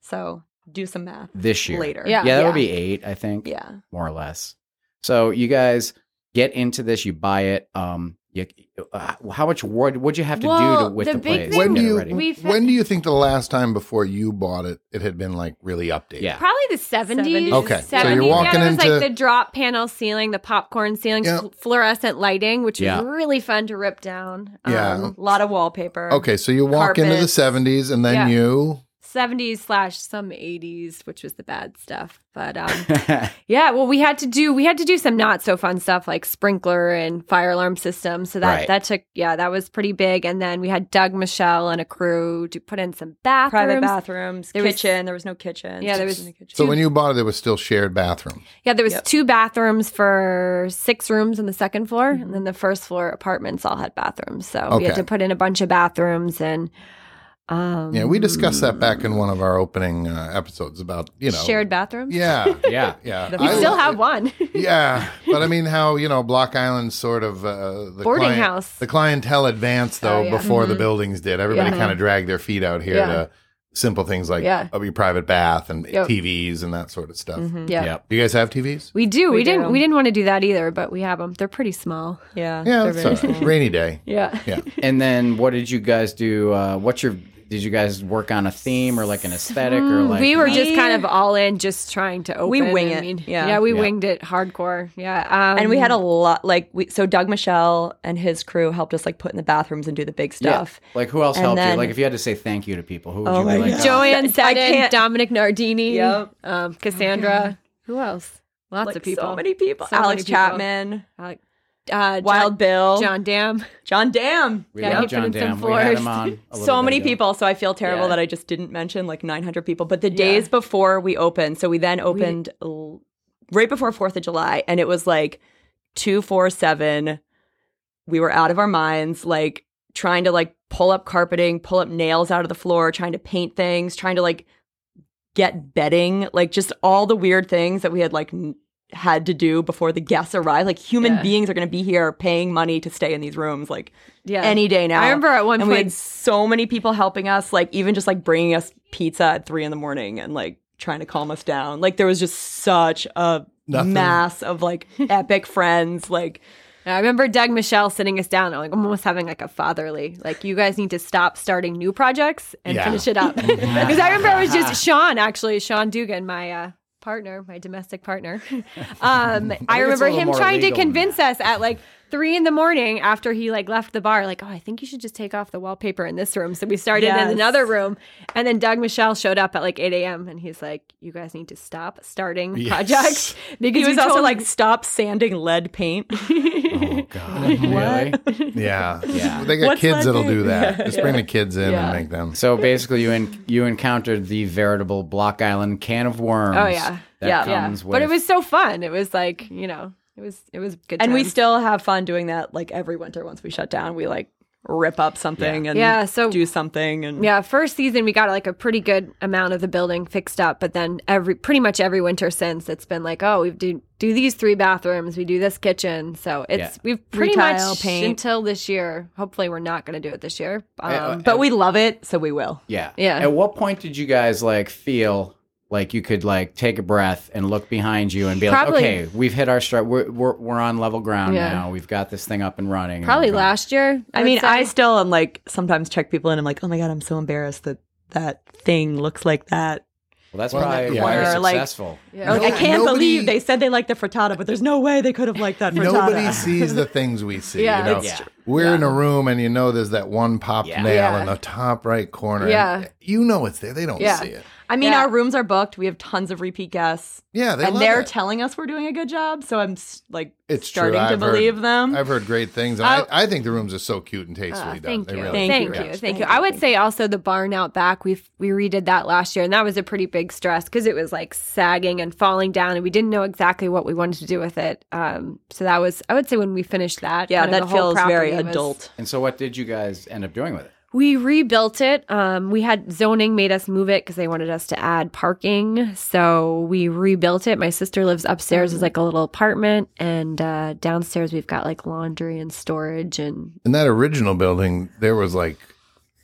Speaker 4: So do some math
Speaker 2: this year.
Speaker 4: later.
Speaker 5: Yeah.
Speaker 2: Yeah, that would be eight, I think,
Speaker 4: Yeah.
Speaker 2: more or less. So you guys get into this, you buy it. Um, you, uh, how much would would you have to do
Speaker 5: Well,
Speaker 2: to, with the,
Speaker 5: the big
Speaker 2: place?
Speaker 5: thing-
Speaker 2: to
Speaker 1: when
Speaker 2: get
Speaker 1: do
Speaker 2: it
Speaker 1: you
Speaker 2: ready?
Speaker 5: We fa-
Speaker 1: when do you think the last time before you bought it it had been like really updated?
Speaker 2: yeah,
Speaker 5: Probably the 70s.
Speaker 4: 70s.
Speaker 1: Okay, so
Speaker 2: you're
Speaker 5: 70s.
Speaker 1: walking
Speaker 5: yeah, it was
Speaker 1: into-
Speaker 5: like the drop panel ceiling, the popcorn ceiling,
Speaker 1: Yeah.
Speaker 5: fl- fluorescent lighting, which
Speaker 2: Yeah.
Speaker 5: is really fun to rip down.
Speaker 1: Yeah.
Speaker 5: A lot of wallpaper.
Speaker 1: Okay, so you walk into the
Speaker 5: Carpets.
Speaker 1: seventies and then
Speaker 5: Yeah.
Speaker 1: you
Speaker 5: 70s slash some 80s, which was the bad stuff. But um, yeah, well, we had to do we had to do some not so fun stuff like sprinkler and fire alarm system. So that
Speaker 2: Right.
Speaker 5: that took yeah, that was pretty big. And then we had Doug Michelle and a crew to put in some bathrooms.
Speaker 4: Private bathrooms,
Speaker 5: There was-
Speaker 4: kitchen. there was no kitchen.
Speaker 5: Yeah, there was-
Speaker 1: so when you bought it, it was still shared bathroom.
Speaker 5: Yeah, there was
Speaker 4: Yep.
Speaker 5: two bathrooms for six rooms on the second floor,
Speaker 4: Mm-hmm.
Speaker 5: and then the first floor apartments all had bathrooms. So we had
Speaker 1: Okay.
Speaker 5: to put in a bunch of bathrooms, and um,
Speaker 1: Yeah, we discussed that back in one of our opening uh, episodes about you know
Speaker 5: shared bathrooms.
Speaker 1: Yeah,
Speaker 2: yeah,
Speaker 1: yeah.
Speaker 5: we
Speaker 1: I
Speaker 5: still
Speaker 1: lo-
Speaker 5: have one.
Speaker 1: Yeah, but I mean how you know Block Island sort of uh, the
Speaker 5: Boarding
Speaker 1: client-
Speaker 5: house.
Speaker 1: the clientele advanced though
Speaker 5: Oh, yeah.
Speaker 1: before the buildings did. Everybody kind of dragged their feet out here
Speaker 5: Yeah.
Speaker 1: to simple things like
Speaker 5: Yeah.
Speaker 1: of your private bath and
Speaker 5: Yep. Mm-hmm.
Speaker 1: TVs and that sort of stuff.
Speaker 5: yeah.
Speaker 2: Yep.
Speaker 1: Do you guys have TVs?
Speaker 5: we do. We,
Speaker 4: We do.
Speaker 5: didn't. We didn't want to do that either, but we have them. They're pretty small.
Speaker 4: Yeah.
Speaker 1: Yeah,
Speaker 4: they're
Speaker 1: that's
Speaker 4: very
Speaker 1: all right.
Speaker 4: small.
Speaker 1: rainy day.
Speaker 5: Yeah.
Speaker 1: Yeah.
Speaker 2: And then what did you guys do? Uh, what's your did you guys work on a theme or like an aesthetic or like
Speaker 5: Mm, we were just
Speaker 4: We-
Speaker 5: kind of all in, just trying to open.
Speaker 4: We wing
Speaker 5: I
Speaker 4: it,
Speaker 5: mean,
Speaker 4: yeah.
Speaker 5: we
Speaker 2: Yeah.
Speaker 5: winged it hardcore. Yeah, um,
Speaker 4: and we had a lot like we so Doug Michelle and his crew helped us like put in the bathrooms and do the big stuff.
Speaker 2: like who else
Speaker 4: And
Speaker 2: helped you?
Speaker 4: then-
Speaker 2: Like if you had to say thank you to people, who would
Speaker 4: Oh
Speaker 2: you
Speaker 4: my
Speaker 2: be like?
Speaker 4: God.
Speaker 2: "Oh,
Speaker 5: Joanne
Speaker 4: I
Speaker 5: Seddon,
Speaker 4: can't-
Speaker 5: Dominic Nardini,
Speaker 4: Yep.
Speaker 5: um, Cassandra. Who else? Lots
Speaker 4: Like,
Speaker 5: of people.
Speaker 4: So many people.
Speaker 5: So many
Speaker 4: Alex
Speaker 5: people.
Speaker 4: Chapman,
Speaker 5: Like, uh,
Speaker 4: Wild
Speaker 5: John,
Speaker 4: Bill, John,
Speaker 5: John Dam.
Speaker 4: Dam.
Speaker 2: We
Speaker 5: Yeah,
Speaker 2: love
Speaker 5: he put
Speaker 2: John
Speaker 5: in some
Speaker 2: Dam. We had him
Speaker 5: force.
Speaker 2: on. a little
Speaker 4: So
Speaker 2: bit
Speaker 4: many
Speaker 2: ago.
Speaker 4: people. So I feel terrible
Speaker 5: Yeah.
Speaker 4: that I just didn't mention like 900 people. But the days before we opened, so we then opened l- right before 4th of July, and it was like 247. We were out of our minds, like trying to like pull up carpeting, pull up nails out of the floor, trying to paint things, trying to like get bedding, like just all the weird things that we had like n- had to do before the guests arrived. Like human
Speaker 5: Yeah.
Speaker 4: beings are going to be here paying money to stay in these rooms like
Speaker 5: Yeah.
Speaker 4: any day now.
Speaker 5: I remember at one
Speaker 4: and we had
Speaker 5: point.
Speaker 4: so many people helping us, like even just like bringing us pizza at three in the morning and like trying to calm us down. Like there was just such a
Speaker 1: Nothing.
Speaker 4: mass of like epic friends. Like
Speaker 5: I remember Doug Michelle sitting us down, and like almost having like a fatherly, like you guys need to stop starting new projects and
Speaker 1: Yeah.
Speaker 5: finish it up. Because I remember it was just Sean, actually Sean Dugan, my uh, partner, my domestic partner. Um, I,
Speaker 2: a
Speaker 5: remember
Speaker 2: little
Speaker 5: him
Speaker 2: more
Speaker 5: trying to
Speaker 2: legal than
Speaker 5: convince us at like three in the morning after he like left the bar, like, oh, I think you should just take off the wallpaper in this room. So we started in
Speaker 4: Yes.
Speaker 5: another room, and then Doug Michelle showed up at like eight a.m. and he's like, "You guys need to stop starting
Speaker 1: Yes.
Speaker 5: projects." Because
Speaker 4: he was
Speaker 5: you
Speaker 4: also
Speaker 5: told-
Speaker 4: like, stop sanding lead paint.
Speaker 2: Oh god, really?
Speaker 1: Yeah.
Speaker 2: Yeah.
Speaker 1: They got
Speaker 4: What's
Speaker 1: kids
Speaker 4: my
Speaker 1: that'll do
Speaker 4: thing?
Speaker 1: that. Just bring the kids in
Speaker 5: Yeah.
Speaker 1: and make them.
Speaker 2: So basically, you en- you encountered the veritable Block Island can of worms.
Speaker 5: Oh yeah,
Speaker 2: that
Speaker 5: yeah,
Speaker 2: comes
Speaker 5: yeah.
Speaker 2: With,
Speaker 5: But it was so fun. It was like you know, it was it was good.
Speaker 4: and we
Speaker 5: times.
Speaker 4: still have fun doing that like every winter once we shut down. We like rip up something and
Speaker 5: Yeah, so-
Speaker 4: do something and
Speaker 5: yeah. First season we got like a pretty good amount of the building fixed up, but then every pretty much every winter since it's been like oh we do do these three bathrooms, we do this kitchen. So it's
Speaker 2: Yeah.
Speaker 5: we've pretty
Speaker 4: Retile,
Speaker 5: much
Speaker 4: paint.
Speaker 5: until this year. Hopefully we're not going to do it this year. Um,
Speaker 2: uh,
Speaker 4: but we love it, so we will.
Speaker 2: yeah,
Speaker 5: Yeah.
Speaker 2: At what point did you guys like feel? Like you could like take a breath and look behind you and be
Speaker 5: Probably-
Speaker 2: like, okay, we've hit our stride. We're, we're, we're on level ground
Speaker 5: Yeah.
Speaker 2: now. We've got this thing up and running. and
Speaker 5: probably
Speaker 2: we're going."
Speaker 5: last year.
Speaker 4: I mean,
Speaker 5: would say.
Speaker 4: I still am like sometimes check people in. I'm like, oh my god, I'm so embarrassed that that thing looks like that.
Speaker 2: Well, that's
Speaker 1: Well,
Speaker 2: probably
Speaker 1: yeah.
Speaker 2: why you're
Speaker 4: Or, like-
Speaker 2: successful.
Speaker 5: Yeah.
Speaker 4: Like,
Speaker 1: No-
Speaker 4: I can't
Speaker 1: nobody-
Speaker 4: believe they said they liked the frittata, but there's no way they could have liked that frittata.
Speaker 1: Nobody sees the things we see.
Speaker 5: Yeah,
Speaker 1: you know?
Speaker 2: it's true.
Speaker 1: We're in a room and you know there's that one popped
Speaker 2: Yeah.
Speaker 1: nail
Speaker 5: Yeah.
Speaker 1: in the top right corner.
Speaker 5: Yeah.
Speaker 1: And You know it's there. They don't
Speaker 5: Yeah.
Speaker 1: see it.
Speaker 4: I mean,
Speaker 5: Yeah.
Speaker 4: our rooms are booked. We have tons of repeat guests,
Speaker 1: Yeah, they
Speaker 4: and
Speaker 1: love
Speaker 4: they're
Speaker 1: it.
Speaker 4: telling us we're doing a good job. So I'm s- like
Speaker 1: It's true.
Speaker 4: starting to
Speaker 1: I've heard-
Speaker 4: believe them. Uh,
Speaker 1: I've heard great things. And I, I think the rooms are so cute and tastefully
Speaker 5: Ah,
Speaker 1: done.
Speaker 5: thank
Speaker 1: They
Speaker 5: you.
Speaker 1: really
Speaker 4: Thank
Speaker 5: thank
Speaker 4: you,
Speaker 5: you.
Speaker 4: Rach.
Speaker 5: Thank you.
Speaker 4: Thank you,
Speaker 5: I would
Speaker 4: thank
Speaker 5: say also the barn out back. We have we redid that last year, and that was a pretty big stress because it was like sagging and falling down, and we didn't know exactly what we wanted to do with it. Um, so that was I would say when we finished that.
Speaker 4: yeah,
Speaker 5: kind of
Speaker 4: that
Speaker 5: the whole
Speaker 4: feels very
Speaker 5: property was-
Speaker 4: adult.
Speaker 2: And so, what did you guys end up doing with it?
Speaker 5: We rebuilt it. Um, we had zoning made us move it because they wanted us to add parking. So we rebuilt it. My sister lives upstairs
Speaker 4: Mm.
Speaker 5: is like a little apartment, and uh, downstairs we've got like laundry and storage and
Speaker 1: In that original building, there was like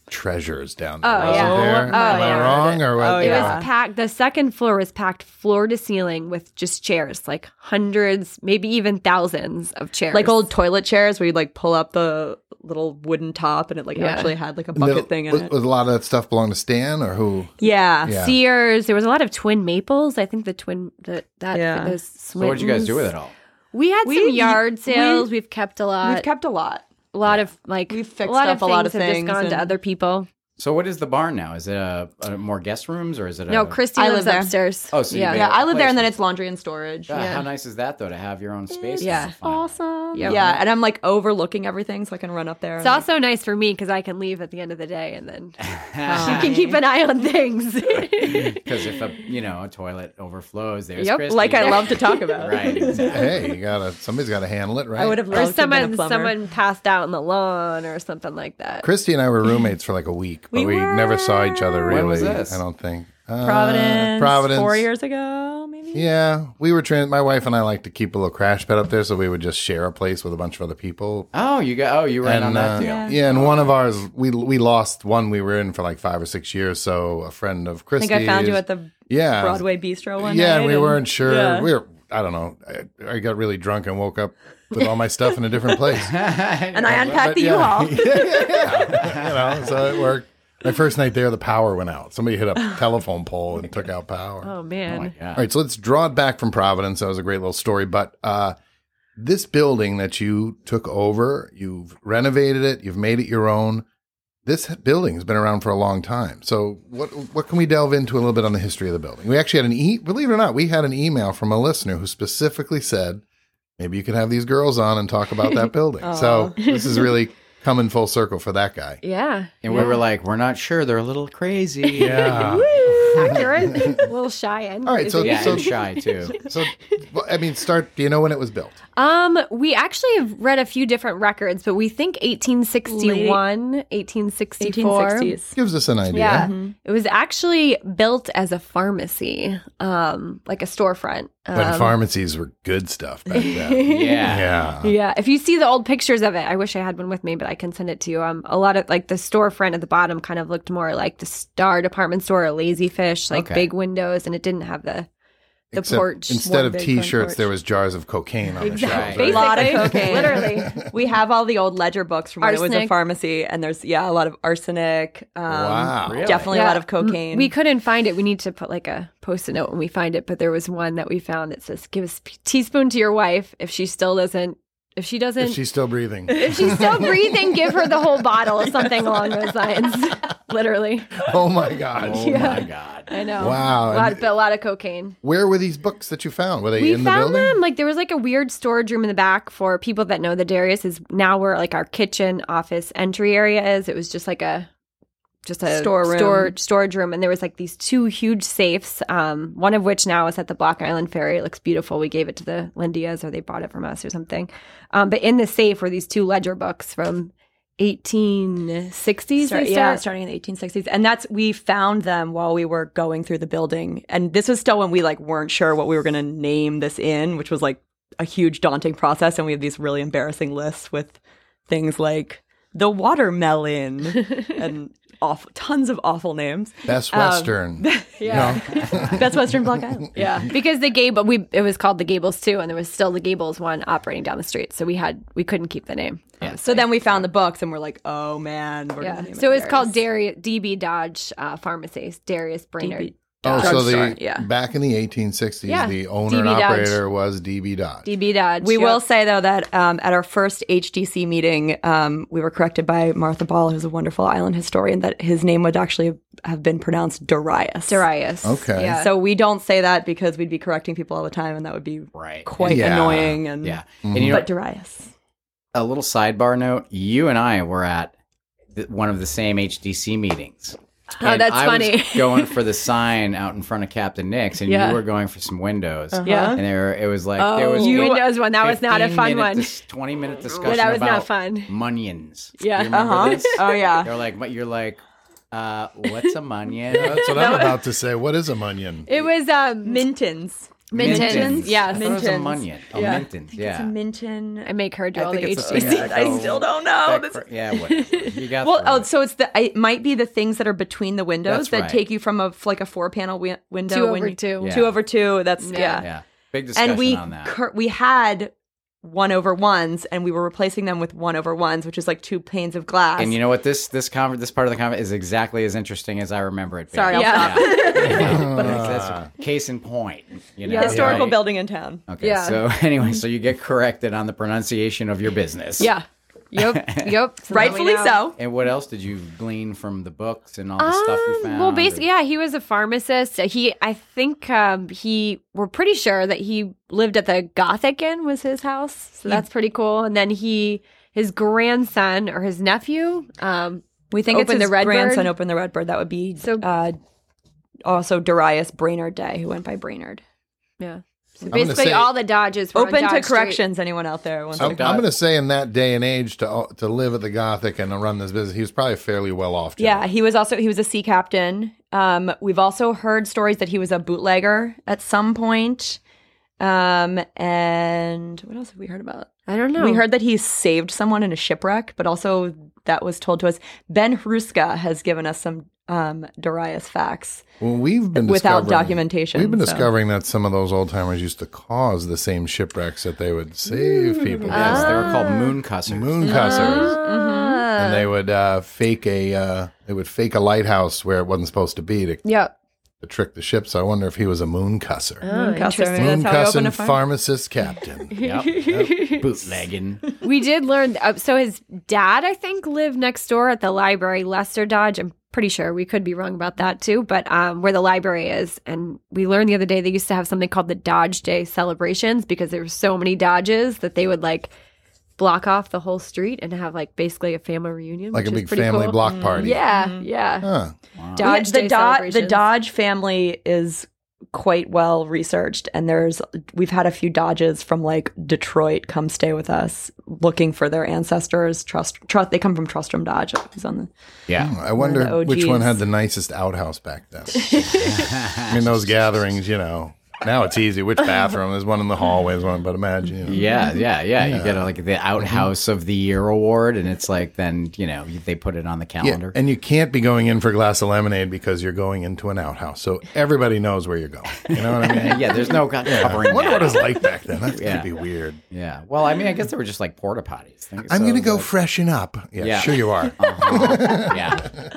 Speaker 1: treasures down there.
Speaker 5: Oh,
Speaker 1: wasn't
Speaker 5: yeah.
Speaker 1: there?
Speaker 5: Oh,
Speaker 1: Am I
Speaker 5: yeah.
Speaker 1: wrong or what?
Speaker 4: Oh,
Speaker 5: It
Speaker 4: Yeah.
Speaker 5: was packed. The second floor was packed floor to ceiling with just chairs, like hundreds, maybe even thousands of chairs.
Speaker 4: Like old toilet chairs where you like pull up the little wooden top and it like
Speaker 5: Yeah.
Speaker 4: actually had like a
Speaker 1: And
Speaker 4: bucket
Speaker 1: there-
Speaker 4: thing in
Speaker 1: was,
Speaker 4: it.
Speaker 1: was a lot of that stuff belong to Stan or who?
Speaker 4: yeah.
Speaker 1: Yeah.
Speaker 5: Sears. There was a lot of twin maples. I think the twin the, that
Speaker 4: Yeah.
Speaker 5: those
Speaker 2: So, what did you guys do with it all?
Speaker 5: We had
Speaker 4: We-
Speaker 5: some yard
Speaker 4: we-
Speaker 5: sales. We, have kept a lot.
Speaker 4: We've kept a lot.
Speaker 5: a lot of like
Speaker 4: We've fixed
Speaker 5: a lot
Speaker 4: up
Speaker 5: of
Speaker 4: a lot of
Speaker 5: have
Speaker 4: things
Speaker 5: just gone to
Speaker 4: and-
Speaker 5: other people.
Speaker 2: So, what is the barn now? Is it a, a more guest rooms or is it a,
Speaker 5: No, Christy
Speaker 4: I
Speaker 5: lives
Speaker 4: live there.
Speaker 5: upstairs.
Speaker 2: Oh, so you
Speaker 5: yeah,
Speaker 2: made-
Speaker 4: Yeah, I live there and then
Speaker 2: Placement.
Speaker 4: it's laundry and storage.
Speaker 2: God, How nice is that though to have your own space?
Speaker 5: Yeah.
Speaker 4: Awesome.
Speaker 5: Yeah.
Speaker 4: Yeah, and I'm like overlooking everything so I can run up there.
Speaker 5: It's
Speaker 4: and, like,
Speaker 5: also nice for me because I can leave at the end of the day and then
Speaker 2: Because
Speaker 5: you can keep an eye on things.
Speaker 2: if a you know a toilet overflows, there's
Speaker 5: Yep,
Speaker 2: Christy.
Speaker 4: like I love to talk about.
Speaker 2: Right. Exactly.
Speaker 1: Hey, you gotta somebody's gotta handle it, right?
Speaker 4: I would have
Speaker 5: or
Speaker 4: loved to have
Speaker 5: someone
Speaker 4: been a plumber.
Speaker 5: someone passed out on the lawn or something like that.
Speaker 1: Christy and I were roommates for like a week, but we,
Speaker 4: We
Speaker 1: never saw each other really.
Speaker 2: When was this?
Speaker 1: I don't think. Uh,
Speaker 4: Providence,
Speaker 1: Providence.
Speaker 4: four years ago, maybe.
Speaker 1: Yeah, we were. Trans- my wife and I like to keep a little crash pad up there, so we would just share a place with a bunch of other people.
Speaker 2: Oh, you got. Oh, you ran on that
Speaker 1: uh,
Speaker 2: deal.
Speaker 1: yeah. and one of ours, we we lost one we were in for like five or six years. So a friend of
Speaker 4: I
Speaker 1: Christy's,
Speaker 4: think I found you at the
Speaker 1: yeah
Speaker 4: Broadway Bistro one
Speaker 1: yeah,
Speaker 4: night.
Speaker 1: and we weren't sure.
Speaker 4: yeah.
Speaker 1: We were, I don't know. I, I got really drunk and woke up with all my stuff in a different place.
Speaker 4: and I unpacked the
Speaker 1: yeah.
Speaker 4: U-Haul.
Speaker 1: you know, so it worked. My first night there, the power went out. Somebody hit a telephone pole and took out power.
Speaker 5: Oh man.
Speaker 1: All right, so let's draw it back from Providence. That was a great little story, but uh, this building that you took over, you've renovated it, you've made it your own. This building has been around for a long time. So, what what can we delve into a little bit on the history of the building? We actually had an e believe it or not, we had an email from a listener who specifically said maybe you could have these girls on and talk about that building. so, this is really coming full circle for that guy.
Speaker 5: Yeah.
Speaker 2: And we were like, we're not sure. They're a little crazy.
Speaker 1: Yeah.
Speaker 5: accurate. a little shy end.
Speaker 1: All right, so
Speaker 2: Yeah,
Speaker 1: so,
Speaker 2: and shy too.
Speaker 1: so well, I mean, start. Do you know when it was built?
Speaker 5: Um, we actually have read a few different records, but we think 1861, 1864.
Speaker 4: 1860s.
Speaker 1: Gives us an idea.
Speaker 5: Yeah.
Speaker 4: Mm-hmm.
Speaker 5: It was actually built as a pharmacy, um, like a storefront.
Speaker 1: When
Speaker 5: Um,
Speaker 1: pharmacies were good stuff back then.
Speaker 2: Yeah.
Speaker 1: yeah.
Speaker 5: yeah, if you see the old pictures of it, I wish I had one with me, but I can send it to you. Um, a lot of like the storefront at the bottom kind of looked more like the Star Department Store or Lazy Fish, like
Speaker 2: Okay.
Speaker 5: big windows, and it didn't have the the
Speaker 1: Except
Speaker 5: porch.
Speaker 1: Instead
Speaker 5: one
Speaker 1: of
Speaker 5: big
Speaker 1: t
Speaker 5: front
Speaker 1: shirts,
Speaker 5: porch.
Speaker 1: there was jars of cocaine on the
Speaker 5: Exactly. Basically,
Speaker 1: shelves.
Speaker 4: A lot of cocaine.
Speaker 5: literally.
Speaker 4: We have all the old ledger books from when it was a
Speaker 5: Arsenic.
Speaker 4: pharmacy, and there's yeah a lot of arsenic. Um,
Speaker 1: Wow. Really?
Speaker 4: definitely a
Speaker 5: Yeah.
Speaker 4: lot of cocaine.
Speaker 5: We couldn't find it. We need to put like a post-it note when we find it. But there was one that we found that says, "Give a sp- teaspoon to your wife if she still doesn't. If she doesn't,
Speaker 1: If she's still breathing.
Speaker 5: if she's still breathing, give her the whole bottle or something along those lines." Literally,
Speaker 1: oh my God.
Speaker 2: Oh my god.
Speaker 5: I know.
Speaker 1: Wow.
Speaker 5: A lot,
Speaker 1: And
Speaker 5: but a lot of cocaine.
Speaker 1: Where were these books that you found? Were they
Speaker 5: We
Speaker 1: in the
Speaker 5: found
Speaker 1: building?
Speaker 5: them. Like there was like a weird storage room in the back for people that know the Darius is now where like our kitchen, office, entry area is. It was just like a just a
Speaker 4: Storeroom.
Speaker 5: storage storage room, and there was like these two huge safes. Um, one of which now is at the Block Island Ferry. It looks beautiful. We gave it to the Lindias, or they bought it from us, or something. Um, but in the safe were these two ledger books from 1860s.
Speaker 4: Start-
Speaker 5: they
Speaker 4: yeah,
Speaker 5: start?
Speaker 4: starting in the 1860s, and that's we found them while we were going through the building, and this was still when we like weren't sure what we were going to name this in, which was like a huge daunting process, and we had these really embarrassing lists with things like the watermelon and off tons of awful names.
Speaker 1: Best
Speaker 5: Um,
Speaker 1: Western. yeah.
Speaker 4: Best Western Block Island.
Speaker 5: Yeah, because the Gable we it was called the Gables too, and there was still the Gables one operating down the street, so we had we couldn't keep the name.
Speaker 4: So then we found the books and we're like, oh man. We're gonna
Speaker 5: Yeah,
Speaker 4: name
Speaker 5: so it's
Speaker 4: Darius.
Speaker 5: called Darius DB Dodge uh, Pharmacies, Darius Brainerd.
Speaker 4: DB
Speaker 1: Oh,
Speaker 4: Dodge
Speaker 1: so the
Speaker 4: store, yeah.
Speaker 1: back in the 1860s,
Speaker 5: Yeah.
Speaker 1: the owner and
Speaker 5: DB Dodge.
Speaker 1: operator was DB Dodge.
Speaker 5: DB Dodge.
Speaker 4: We
Speaker 5: yep.
Speaker 4: will say though that um, at our first HDC meeting, um, we were corrected by Martha Ball, who's a wonderful island historian, that his name would actually have been pronounced Darius.
Speaker 5: Darius.
Speaker 1: Okay.
Speaker 5: Yeah.
Speaker 4: So we don't say that because we'd be correcting people all the time, and that would be
Speaker 2: Right.
Speaker 4: quite
Speaker 1: Yeah.
Speaker 4: annoying. And
Speaker 2: Yeah. And you know,
Speaker 4: but Darius,
Speaker 2: a little sidebar note, you and I were at th- one of the same HDC meetings.
Speaker 5: Oh, that's
Speaker 2: I was
Speaker 5: funny.
Speaker 2: going for the sign out in front of Captain Nick's, and
Speaker 4: Yeah.
Speaker 2: you were going for some windows.
Speaker 5: Uh-huh. Yeah.
Speaker 2: And there, it was like there
Speaker 4: Oh.
Speaker 2: was
Speaker 5: You
Speaker 2: like
Speaker 5: windows one. That was not a
Speaker 2: 15
Speaker 5: fun
Speaker 2: minute
Speaker 5: one.
Speaker 2: dis- Twenty minute discussion.
Speaker 5: that was not
Speaker 2: about
Speaker 5: fun.
Speaker 2: Munions.
Speaker 5: Yeah.
Speaker 2: You remember
Speaker 4: Uh-huh.
Speaker 2: this?
Speaker 4: Oh, yeah.
Speaker 2: They're like, what? You're like, uh, what's a munion?
Speaker 1: That's what I'm about to say. What is a munion?
Speaker 5: It was um
Speaker 6: Mintons.
Speaker 5: Mintons.
Speaker 2: I
Speaker 5: Yes.
Speaker 2: thought it was a
Speaker 6: Mintons.
Speaker 2: munion. Oh,
Speaker 6: Yeah.
Speaker 2: Mintons. Yeah.
Speaker 4: Minton.
Speaker 5: I make her do
Speaker 2: I
Speaker 5: all the
Speaker 2: think it's the
Speaker 5: HDC.
Speaker 2: same.
Speaker 4: I still don't know.
Speaker 2: Back for- yeah, whatever. You got
Speaker 4: Oh, Well,
Speaker 2: through
Speaker 4: oh,
Speaker 2: it.
Speaker 4: so it's the it might be the things that are between the windows
Speaker 2: That's
Speaker 4: that
Speaker 2: right.
Speaker 4: take you from a like a four panel wi- window.
Speaker 5: Two
Speaker 4: when
Speaker 5: over
Speaker 4: you-
Speaker 5: two.
Speaker 2: Yeah.
Speaker 4: two over two. That's
Speaker 5: Yeah.
Speaker 4: yeah.
Speaker 2: yeah, big discussion
Speaker 4: and we
Speaker 2: on that.
Speaker 4: cur- we had one over ones, and we were replacing them with one over ones, which is like two panes of glass.
Speaker 2: and you know what? This this conver- this part of the comment is exactly as interesting as I remember it. Being.
Speaker 4: Sorry, I'll
Speaker 5: Yeah.
Speaker 4: stop.
Speaker 2: That's case in point. You know,
Speaker 4: Historical
Speaker 2: right?
Speaker 4: building in town.
Speaker 2: Okay,
Speaker 5: Yeah.
Speaker 2: so anyway, so you get corrected on the pronunciation of your business.
Speaker 5: Yeah. Yep. Yep. So now we
Speaker 4: Rightfully
Speaker 5: know.
Speaker 4: so.
Speaker 2: And what else did you glean from the books and all the stuff you
Speaker 5: Um,
Speaker 2: found?
Speaker 5: Well, basically, yeah, he was a pharmacist. He, I think, um, he. We're pretty sure that he lived at the Gothic Inn was his house, so that's pretty cool. And then he, his grandson or his nephew, um,
Speaker 4: We think
Speaker 5: Open
Speaker 4: it's his
Speaker 5: the Redbird.
Speaker 4: grandson opened the Redbird. That would be
Speaker 5: So-
Speaker 4: uh, also Darius Brainerd Day, who went by Brainerd.
Speaker 5: yeah. So
Speaker 1: gonna
Speaker 5: basically,
Speaker 1: say-
Speaker 5: all the Dodges were on
Speaker 4: Open to
Speaker 5: Dodge Street.
Speaker 4: corrections, anyone out there? Wants
Speaker 1: I'm,
Speaker 4: to-
Speaker 1: going to say in that day and age to uh, to live at the Gothic and to run this business, he was probably fairly well off. Jim.
Speaker 4: yeah, he was also he was a sea captain. Um, we've also heard stories that he was a bootlegger at some point. Um, and what else have we heard about?
Speaker 5: I don't know.
Speaker 4: We heard that he saved someone in a shipwreck, but also that was told to us. Ben Hruska has given us some um, Darius facts
Speaker 1: Well, we've been
Speaker 4: without
Speaker 1: discovering-
Speaker 4: documentation.
Speaker 1: We've been
Speaker 4: so-
Speaker 1: discovering that some of those old timers used to cause the same shipwrecks that they would save
Speaker 4: Mm-hmm.
Speaker 1: people.
Speaker 2: yes,
Speaker 4: Ah.
Speaker 2: they were called moon cussers.
Speaker 1: moon cussers. Ah. And they would uh, fake a uh, they would fake a lighthouse where it wasn't supposed to be to,
Speaker 5: Yep.
Speaker 1: to trick the ship. So I wonder if he was a moon cusser.
Speaker 4: Moon cussing.
Speaker 1: moon
Speaker 4: Oh, That's how we open
Speaker 1: cussing
Speaker 4: a farm.
Speaker 1: pharmacist captain.
Speaker 2: Yep. bootlegging.
Speaker 5: We did learn. Uh, so his dad, I think, lived next door at the library, Lester Dodge. I'm pretty sure we could be wrong about that too, but um, where the library is. And we learned the other day they used to have something called the Dodge Day celebrations because there were so many Dodges that they would like block off the whole street and have like basically a family reunion,
Speaker 1: like a
Speaker 5: which is
Speaker 1: big
Speaker 5: pretty
Speaker 1: family
Speaker 5: cool.
Speaker 1: block
Speaker 4: Mm.
Speaker 1: party.
Speaker 5: Yeah, yeah.
Speaker 1: Huh.
Speaker 5: Dodge
Speaker 4: Mm-hmm. Uh-huh. the,
Speaker 5: Day
Speaker 4: Do- the
Speaker 5: celebrations.
Speaker 4: Dodge family is quite well researched, and there's we've had a few Dodges from like Detroit come stay with us, looking for their ancestors. Trust, trust. They come from Trustrum Dodge. Who's on the
Speaker 2: Yeah.
Speaker 1: I wonder
Speaker 4: the
Speaker 1: which one
Speaker 4: OGs.
Speaker 1: had the nicest outhouse back then. I mean, those gatherings, you know. Now it's easy. Which bathroom? There's one in the hallway. There's one, but imagine. You know.
Speaker 2: Yeah, yeah, yeah. You get like
Speaker 1: Mm-hmm.
Speaker 2: the Outhouse of the Year award, and it's like then you know they put it on the calendar.
Speaker 1: And you can't be going in for a glass of lemonade because you're going into an outhouse. So everybody knows where you're going. You know what I mean?
Speaker 2: Yeah, there's no co- covering.
Speaker 1: I wonder what it
Speaker 2: that.
Speaker 1: was like back then. That's
Speaker 2: Yeah.
Speaker 1: gonna be weird.
Speaker 2: Yeah. Well, I mean, I guess they were just like porta potties. Think-
Speaker 1: I'm
Speaker 2: so,
Speaker 1: gonna go
Speaker 2: like,
Speaker 1: freshen up. Yeah,
Speaker 2: Yeah. Uh-huh.
Speaker 1: sure you are.
Speaker 2: yeah.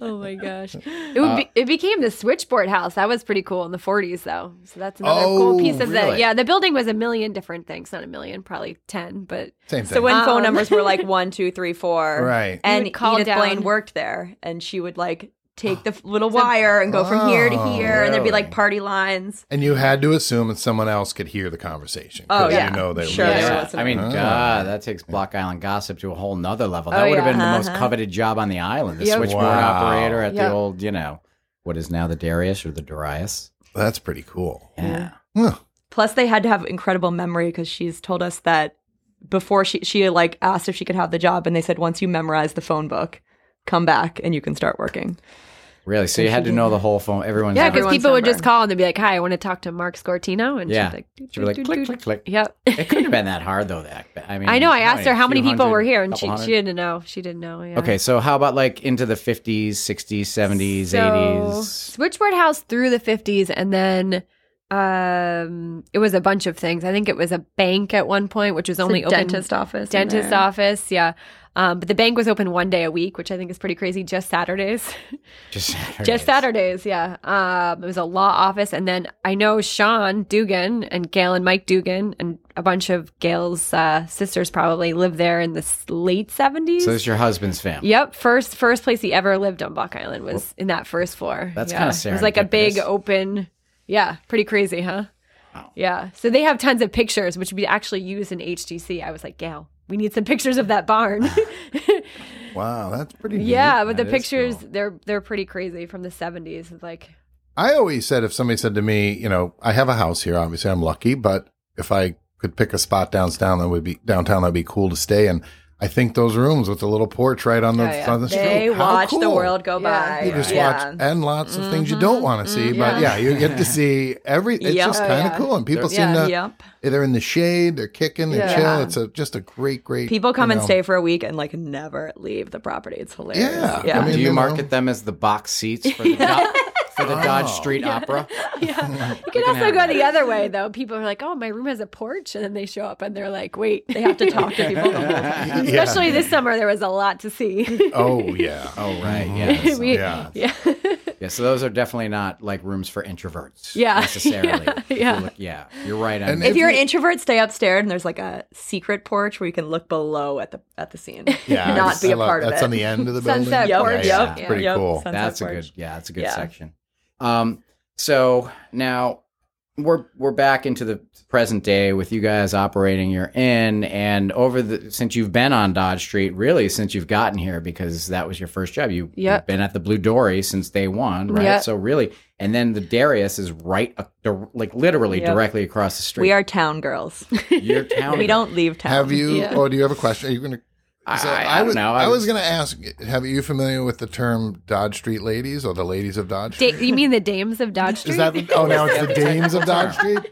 Speaker 5: Oh my gosh. It would
Speaker 2: Uh,
Speaker 5: be, it became the switchboard house. That was pretty cool in the 40s though. So that's another
Speaker 1: Oh,
Speaker 5: cool piece of the
Speaker 2: really?
Speaker 5: Yeah, the building was a million different things, not a million, probably 10, but
Speaker 1: Same thing.
Speaker 4: So when
Speaker 5: Um.
Speaker 4: phone numbers were like one, two, three, four,
Speaker 1: Right.
Speaker 5: You
Speaker 4: And
Speaker 5: would call
Speaker 4: Edith
Speaker 5: down.
Speaker 4: Blaine worked there, and she would like take the f- little wire and go from here to
Speaker 1: Oh,
Speaker 4: here, and there'd be like
Speaker 1: really?
Speaker 4: party lines.
Speaker 1: and you had to assume that someone else could hear the conversation.
Speaker 4: Oh,
Speaker 1: 'cause
Speaker 4: yeah.
Speaker 1: You know they
Speaker 4: Sure.
Speaker 1: were.
Speaker 4: Yeah.
Speaker 2: Yeah.
Speaker 4: what's
Speaker 2: I mean,
Speaker 1: another-
Speaker 2: God, that takes Block Island gossip to a whole nother level. That
Speaker 5: Oh,
Speaker 2: would have
Speaker 5: yeah.
Speaker 2: been the most coveted job on the island. The
Speaker 5: Yep.
Speaker 2: switchboard
Speaker 1: Wow.
Speaker 2: operator at
Speaker 5: Yep.
Speaker 2: the old, you know, what is now the Darius or the Darius.
Speaker 1: That's pretty cool.
Speaker 2: Yeah.
Speaker 1: Huh.
Speaker 4: Plus, they had to have incredible memory because she's told us that before she she like asked if she could have the job, and they said once you memorize the phone book, come back and you can start working.
Speaker 2: Really? So you had to know the whole phone. Everyone's
Speaker 5: Yeah,
Speaker 2: number.
Speaker 5: because
Speaker 4: Everyone's
Speaker 5: people would just
Speaker 4: number.
Speaker 5: call and they'd be like, "Hi, I want to talk to Mark Scortino," and
Speaker 2: Yeah.
Speaker 5: she'd be like, "Doot,
Speaker 2: She'd be like,
Speaker 5: doot,
Speaker 2: click,
Speaker 5: doot,
Speaker 2: click,
Speaker 5: doot."
Speaker 2: click.
Speaker 5: "Yep."
Speaker 2: It couldn't have been that hard, though. That I mean,
Speaker 5: I know. I
Speaker 2: how
Speaker 5: asked her how many
Speaker 2: few
Speaker 5: people were
Speaker 2: hundred,
Speaker 5: here, and
Speaker 2: couple
Speaker 5: she
Speaker 2: hundred?
Speaker 5: she didn't know. She didn't know. Yeah.
Speaker 2: Okay, so how about like into the 50s, 60s, 70s,
Speaker 5: So,
Speaker 2: 80s?
Speaker 5: Switchboard House through the fifties, and then Um, it was a bunch of things. I think it was a bank at one point, which was only
Speaker 6: Only
Speaker 5: open
Speaker 6: dentist office. in
Speaker 5: dentist
Speaker 6: there.
Speaker 5: office. Yeah, um, but the bank was open one day a week, which I think is pretty crazy. Just Saturdays.
Speaker 2: Just Saturdays.
Speaker 5: Just Saturdays, yeah. Um, it was a law office, and then I know Sean Dugan and Gail and Mike Dugan and a bunch of Gail's uh, sisters probably lived there in the s- late seventies.
Speaker 2: So it's your husband's family.
Speaker 5: yep, first first place he ever lived on Buck Island was in that first floor.
Speaker 2: That's
Speaker 5: Yeah.
Speaker 2: kinda
Speaker 5: It was like a big
Speaker 2: serendipitous.
Speaker 5: open. Yeah, pretty crazy, huh? Yeah. So they have tons of pictures, which we actually use in HTC. I was like, Gail, we need some pictures of that barn.
Speaker 1: Wow, that's pretty. neat.
Speaker 5: yeah, but the
Speaker 2: That is
Speaker 5: pictures
Speaker 2: cool.
Speaker 5: they're they're pretty crazy from the seventies. Like.
Speaker 1: I always said if somebody said to me, you know, I have a house here. Obviously, I'm lucky, but if I could pick a spot downtown, that would be downtown. That'd be cool to stay. And I think those rooms with the little porch right on the,
Speaker 5: Oh, yeah.
Speaker 1: on the street.
Speaker 6: They
Speaker 1: how
Speaker 6: watch the
Speaker 1: cool.
Speaker 6: world go
Speaker 5: Yeah.
Speaker 6: by.
Speaker 1: You just
Speaker 6: yeah. Mm-hmm.
Speaker 1: watch and lots of things you don't want to see, but yeah, you get to see every. It's
Speaker 6: Yeah.
Speaker 1: just
Speaker 5: Oh,
Speaker 1: kind of
Speaker 5: yeah.
Speaker 1: cool, and people seem
Speaker 6: Yeah.
Speaker 1: to.
Speaker 6: Yep.
Speaker 1: They're in the shade. They're kicking. They're
Speaker 5: Yeah.
Speaker 1: chill. It's a just a great, great.
Speaker 6: People come
Speaker 1: you
Speaker 6: and
Speaker 1: know,
Speaker 6: stay for a week and like never leave the property. It's hilarious.
Speaker 1: Yeah.
Speaker 6: Yeah.
Speaker 1: I mean,
Speaker 2: Do you
Speaker 1: you know. Oh.
Speaker 2: market them as the box seats for the, Do- for the Dodge Street Opera?
Speaker 5: Yeah. You can
Speaker 2: can
Speaker 5: also
Speaker 2: have
Speaker 5: go
Speaker 2: that.
Speaker 5: the other way though. People are like, "Oh, my room has a porch," and then they show up and they're like, "Wait."
Speaker 6: They have to talk to people.
Speaker 1: Yeah.
Speaker 5: Especially this summer, there was a lot to see.
Speaker 1: Oh yeah.
Speaker 2: Oh, right. Yeah. So,
Speaker 5: We-
Speaker 1: Yeah.
Speaker 5: yeah.
Speaker 2: yeah. So those are definitely not like rooms for introverts.
Speaker 5: Yeah.
Speaker 2: Necessarily.
Speaker 5: Yeah.
Speaker 2: If you
Speaker 5: Yeah.
Speaker 2: look- yeah. You're right.
Speaker 1: And
Speaker 2: And
Speaker 1: it-
Speaker 6: If you're an introvert, stay upstairs and there's like a secret porch where you can look below at the at the scene.
Speaker 1: Yeah, I
Speaker 6: not
Speaker 1: just-
Speaker 6: be
Speaker 1: I
Speaker 6: a
Speaker 1: love-
Speaker 6: part of
Speaker 1: That's
Speaker 6: it.
Speaker 1: on the end of the building.
Speaker 5: Sunset
Speaker 1: Yeah,
Speaker 5: porch.
Speaker 1: yeah,
Speaker 5: Yep.
Speaker 1: it's pretty
Speaker 6: Yep.
Speaker 1: cool.
Speaker 6: Sunset
Speaker 2: that's a
Speaker 6: porch.
Speaker 2: good. Yeah. That's a good
Speaker 6: Yeah.
Speaker 2: section. Um. So now we're we're back into the present day with you guys operating your inn, and over the since you've been on Dodge Street, really since you've gotten here because that was your first job. You,
Speaker 5: Yep.
Speaker 2: have been at the Blue Dory since day one, right?
Speaker 5: Yep.
Speaker 2: So really, and then the Darius is right, a- dir- like literally
Speaker 6: Yep.
Speaker 2: directly across the street.
Speaker 6: We are town girls.
Speaker 2: your town.
Speaker 6: we don't leave town.
Speaker 1: Have you?
Speaker 5: Yeah.
Speaker 1: Or do you have a question? Are you going to?
Speaker 2: I,
Speaker 1: So
Speaker 2: I, don't
Speaker 1: was,
Speaker 2: know.
Speaker 1: I was going to ask, have you familiar with the term Dodge Street ladies or the ladies of Dodge? Street?
Speaker 5: Da- you mean the dames of Dodge Street?
Speaker 1: Is that? The, oh, now it's the dames of Dodge Street.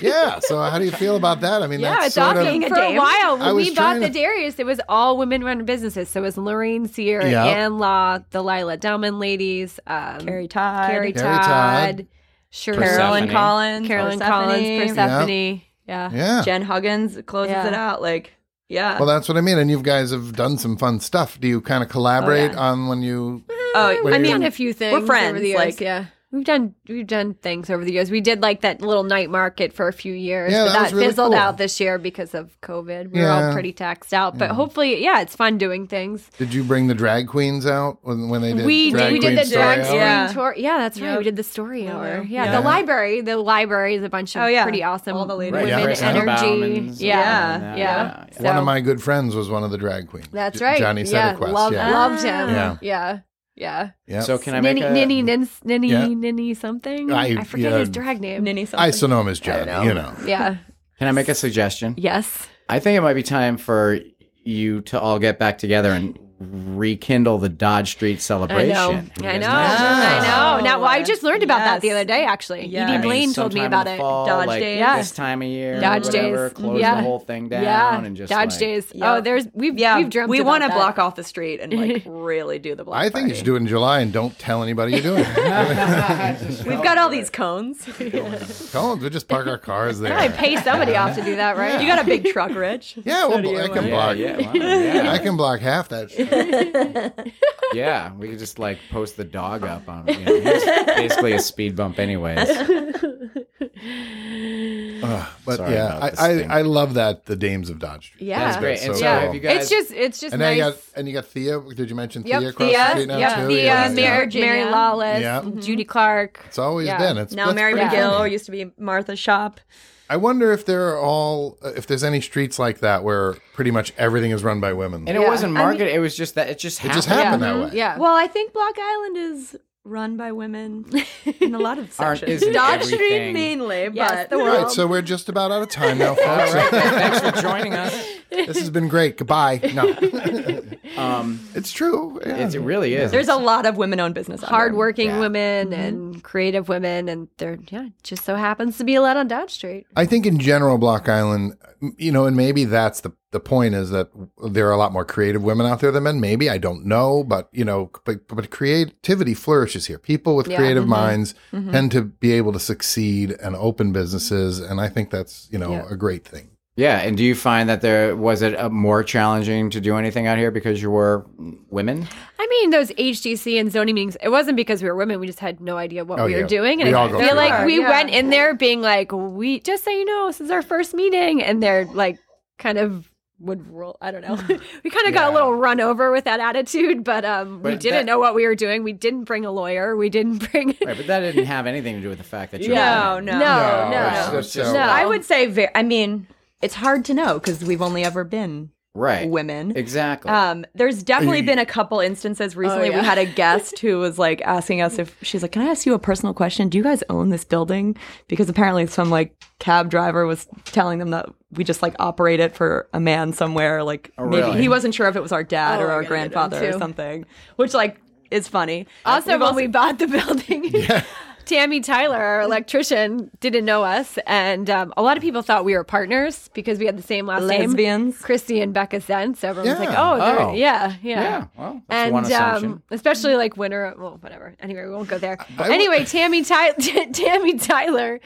Speaker 1: Yeah. So how do you feel about that? I mean,
Speaker 5: yeah,
Speaker 1: that's
Speaker 5: it's
Speaker 1: sort
Speaker 5: awesome.
Speaker 1: of.
Speaker 5: For a
Speaker 6: dame.
Speaker 5: while,
Speaker 1: I
Speaker 5: when we
Speaker 1: was
Speaker 5: bought
Speaker 1: trying
Speaker 5: the
Speaker 1: to-
Speaker 5: Darius, it was all women-run businesses. So it was Lorraine Sear,
Speaker 1: Yeah.
Speaker 5: Ann Law, the Lila Delman ladies, um,
Speaker 6: Carrie Todd,
Speaker 5: Carrie
Speaker 1: Todd.
Speaker 5: Todd, Shirley-
Speaker 2: Persephone.
Speaker 6: Carolyn Collins,
Speaker 5: Carolyn
Speaker 6: Persephone,
Speaker 5: Collins, Persephone. Yeah.
Speaker 1: Yeah.
Speaker 6: Jen Huggins closes
Speaker 5: Yeah.
Speaker 6: it out. Like, yeah.
Speaker 1: Well, that's what I mean. And you guys have done some fun stuff. Do you kind of collaborate on when you?
Speaker 6: oh,
Speaker 1: When
Speaker 5: I've
Speaker 1: you-
Speaker 5: done a few things. over
Speaker 6: friends,
Speaker 5: the years.
Speaker 6: like-
Speaker 5: yeah. We've done we've done things over the years. We did like that little night market for a few years.
Speaker 1: Yeah,
Speaker 5: but
Speaker 1: that was really
Speaker 5: fizzled
Speaker 1: cool.
Speaker 5: out this year because of COVID. We were
Speaker 1: Yeah.
Speaker 5: all pretty taxed out. But hopefully, yeah, it's fun doing things.
Speaker 1: Did you bring the drag queens out when, when they did?
Speaker 5: we
Speaker 1: drag
Speaker 5: did, we
Speaker 1: queen
Speaker 5: did the
Speaker 1: story
Speaker 5: drag
Speaker 1: hour?
Speaker 5: story
Speaker 6: Yeah.
Speaker 5: tour. Yeah, that's right. We did the story hour. Yeah, the library. The library is a bunch of
Speaker 6: Oh, yeah.
Speaker 5: pretty awesome
Speaker 6: All the ladies.
Speaker 2: Right,
Speaker 5: women
Speaker 1: yeah.
Speaker 2: Chris
Speaker 5: energy.
Speaker 2: Hellbaum and-
Speaker 5: Yeah.
Speaker 2: Yeah.
Speaker 5: Yeah.
Speaker 2: Yeah.
Speaker 5: So-
Speaker 1: One of my good friends was one of the drag queens.
Speaker 5: That's
Speaker 1: J-
Speaker 5: right.
Speaker 1: Johnny
Speaker 5: yeah,
Speaker 1: Setterquest.
Speaker 5: Loved,
Speaker 1: yeah.
Speaker 5: loved him.
Speaker 1: Yeah.
Speaker 5: Yeah. Yeah. Yeah.
Speaker 1: yeah.
Speaker 2: So can I make
Speaker 5: Ninny,
Speaker 2: a
Speaker 5: Ninny, Nins, Ninny,
Speaker 1: Yeah.
Speaker 5: Ninny something.
Speaker 1: I-
Speaker 5: I, forget
Speaker 1: yeah.
Speaker 5: his drag name.
Speaker 6: Ninny something.
Speaker 1: Isonoma's Johnny, you know.
Speaker 5: Yeah.
Speaker 2: Can I make a suggestion?
Speaker 5: Yes.
Speaker 2: I think it might be time for you to all get back together and rekindle the Dodge Street
Speaker 5: I
Speaker 2: celebration.
Speaker 5: know.
Speaker 2: You
Speaker 5: I
Speaker 2: guys
Speaker 5: know.
Speaker 2: that?
Speaker 5: I know. Now, well, I
Speaker 6: Oh,
Speaker 5: just learned about that the
Speaker 6: yes.
Speaker 5: other day, actually.
Speaker 6: Yeah.
Speaker 5: Edie
Speaker 6: I mean,
Speaker 5: Blaine told me
Speaker 2: sometime
Speaker 5: about
Speaker 2: in the
Speaker 5: it.
Speaker 2: fall,
Speaker 6: Dodge
Speaker 2: like
Speaker 6: days.
Speaker 2: This time of year,
Speaker 5: Dodge
Speaker 2: whatever,
Speaker 5: days.
Speaker 2: close
Speaker 5: Yeah.
Speaker 2: the whole thing down
Speaker 5: Yeah.
Speaker 2: and just
Speaker 5: Dodge
Speaker 2: like,
Speaker 5: days.
Speaker 6: Yeah.
Speaker 5: Oh, there's we've
Speaker 6: yeah,
Speaker 5: we've dreamt.
Speaker 6: we want to
Speaker 5: about
Speaker 6: block off the street and like really do the block.
Speaker 1: I think you should
Speaker 6: party.
Speaker 1: do it in July and don't tell anybody you're doing it.
Speaker 6: We've got all these cones.
Speaker 1: Collins, we just park our cars there.
Speaker 5: that. Pay somebody off to do that, right?
Speaker 6: You got a big truck, Rich.
Speaker 1: yeah, well, bl- I can
Speaker 2: Yeah,
Speaker 1: block.
Speaker 2: yeah, wow, yeah,
Speaker 1: I can block half that. Shit.
Speaker 2: yeah. We could just like post the dog up on you know, it's basically a speed bump, anyways.
Speaker 1: Ugh, but
Speaker 2: Sorry
Speaker 1: yeah,
Speaker 2: about
Speaker 1: I,
Speaker 2: this
Speaker 1: I,
Speaker 2: thing.
Speaker 1: I love that the dames of Dodge Street.
Speaker 5: Yeah.
Speaker 2: That's great.
Speaker 1: So
Speaker 2: And so,
Speaker 5: cool.
Speaker 2: have you guys?
Speaker 5: it's just it's just
Speaker 1: And then
Speaker 5: nice.
Speaker 1: you got and you got Thea. Did you mention
Speaker 5: Yep,
Speaker 1: Thea across the
Speaker 5: Thea,
Speaker 1: street now
Speaker 5: yep,
Speaker 1: too?
Speaker 5: Thea, Mary,
Speaker 6: Virginia.
Speaker 5: Mary Lawless, Mm-hmm.
Speaker 1: Yeah.
Speaker 5: Judy Clark.
Speaker 1: It's always
Speaker 5: Yeah.
Speaker 1: been. It's
Speaker 6: Now
Speaker 1: that's
Speaker 6: Mary
Speaker 1: pretty
Speaker 6: McGill
Speaker 1: funny.
Speaker 6: used to be Martha's shop.
Speaker 1: I wonder if there are all if there's any streets like that where pretty much everything is run by women.
Speaker 2: And it wasn't market. it was just that it just
Speaker 1: it
Speaker 2: happened.
Speaker 1: just happened that way.
Speaker 5: Yeah.
Speaker 6: Well, I think Block Island is run by women in a lot of
Speaker 2: Aren't-
Speaker 6: sections.
Speaker 2: isn't
Speaker 6: Dodge
Speaker 2: everything-
Speaker 6: Street mainly,
Speaker 5: Yes,
Speaker 6: but
Speaker 5: the
Speaker 1: All right, so we're just about out of time now, folks.
Speaker 2: All right, thanks for joining us.
Speaker 1: this has been great. Goodbye. No,
Speaker 2: Um,
Speaker 1: it's true. Yeah.
Speaker 2: it's, Um, it really is.
Speaker 6: there's a lot of women-owned business. out there.
Speaker 5: hardworking
Speaker 2: Yeah.
Speaker 5: women and and creative women, and there, yeah, it just so happens to be a lot on Dodge Street.
Speaker 1: I think in general, Block Island, you know, and maybe that's the the point is that there are a lot more creative women out there than men. Maybe I don't know, but you know, but, but creativity flourishes here. People with
Speaker 5: Yeah,
Speaker 1: creative
Speaker 4: Mm-hmm.
Speaker 5: mhm,
Speaker 1: minds
Speaker 5: mhm.
Speaker 1: tend to be able to succeed and open businesses, and I think that's you know
Speaker 5: Yeah.
Speaker 1: a great thing.
Speaker 2: Yeah, and do you find that there was it uh, more challenging to do anything out here because you were women?
Speaker 5: I mean, those HDC and zoning meetings, it wasn't because we were women. We just had no idea what
Speaker 1: Oh,
Speaker 5: we
Speaker 1: yeah.
Speaker 5: were doing. And
Speaker 1: We
Speaker 5: I
Speaker 1: all go
Speaker 5: feel
Speaker 1: through
Speaker 5: like
Speaker 1: that.
Speaker 5: we
Speaker 4: Yeah.
Speaker 5: went in there being like, we just so you know, this is our first meeting. And they're like, kind of would roll. I don't know. we kind of got a little run over with that attitude, but, um, we
Speaker 2: But
Speaker 5: didn't
Speaker 2: that-
Speaker 5: know what we were doing. We didn't bring a lawyer. We didn't bring.
Speaker 2: Right, but that didn't have anything to do with the fact that you
Speaker 4: No,
Speaker 2: were women.
Speaker 5: Oh, No,
Speaker 4: no.
Speaker 5: no,
Speaker 1: it's
Speaker 5: no.
Speaker 1: just
Speaker 2: No.
Speaker 1: so-
Speaker 5: No.
Speaker 4: I would say, very, I mean, it's hard to know because we've only ever been
Speaker 2: Right.
Speaker 4: women.
Speaker 2: Exactly.
Speaker 4: Um, there's definitely
Speaker 1: you-
Speaker 4: been a couple instances recently.
Speaker 5: Oh, yeah.
Speaker 4: We had a guest who was like asking us if she's like, "Can I ask you a personal question? Do you guys own this building?" Because apparently, some like cab driver was telling them that we just like operate it for a man somewhere. Like
Speaker 1: Oh,
Speaker 2: really?
Speaker 4: maybe he wasn't sure if it was our dad
Speaker 5: Oh,
Speaker 4: or
Speaker 5: I
Speaker 4: our
Speaker 5: gotta get
Speaker 4: grandfather
Speaker 5: into.
Speaker 4: or something. Which like is funny.
Speaker 5: Also,
Speaker 4: We've
Speaker 5: when we bought the building, Tammy Tyler, our electrician, didn't know us, and um, a lot of people thought we were partners because we had the same last name,
Speaker 4: lesbians.
Speaker 5: Christy and Becca Zen. So everyone's like,
Speaker 1: Yeah.
Speaker 5: "Oh, they're-
Speaker 2: Oh.
Speaker 5: yeah, yeah."
Speaker 2: yeah. Well, that's
Speaker 5: And
Speaker 2: one assumption.
Speaker 5: um, especially like winter, well, whatever. Anyway, we won't go there.
Speaker 1: I-
Speaker 5: anyway, Tammy, Ty- Tammy Tyler,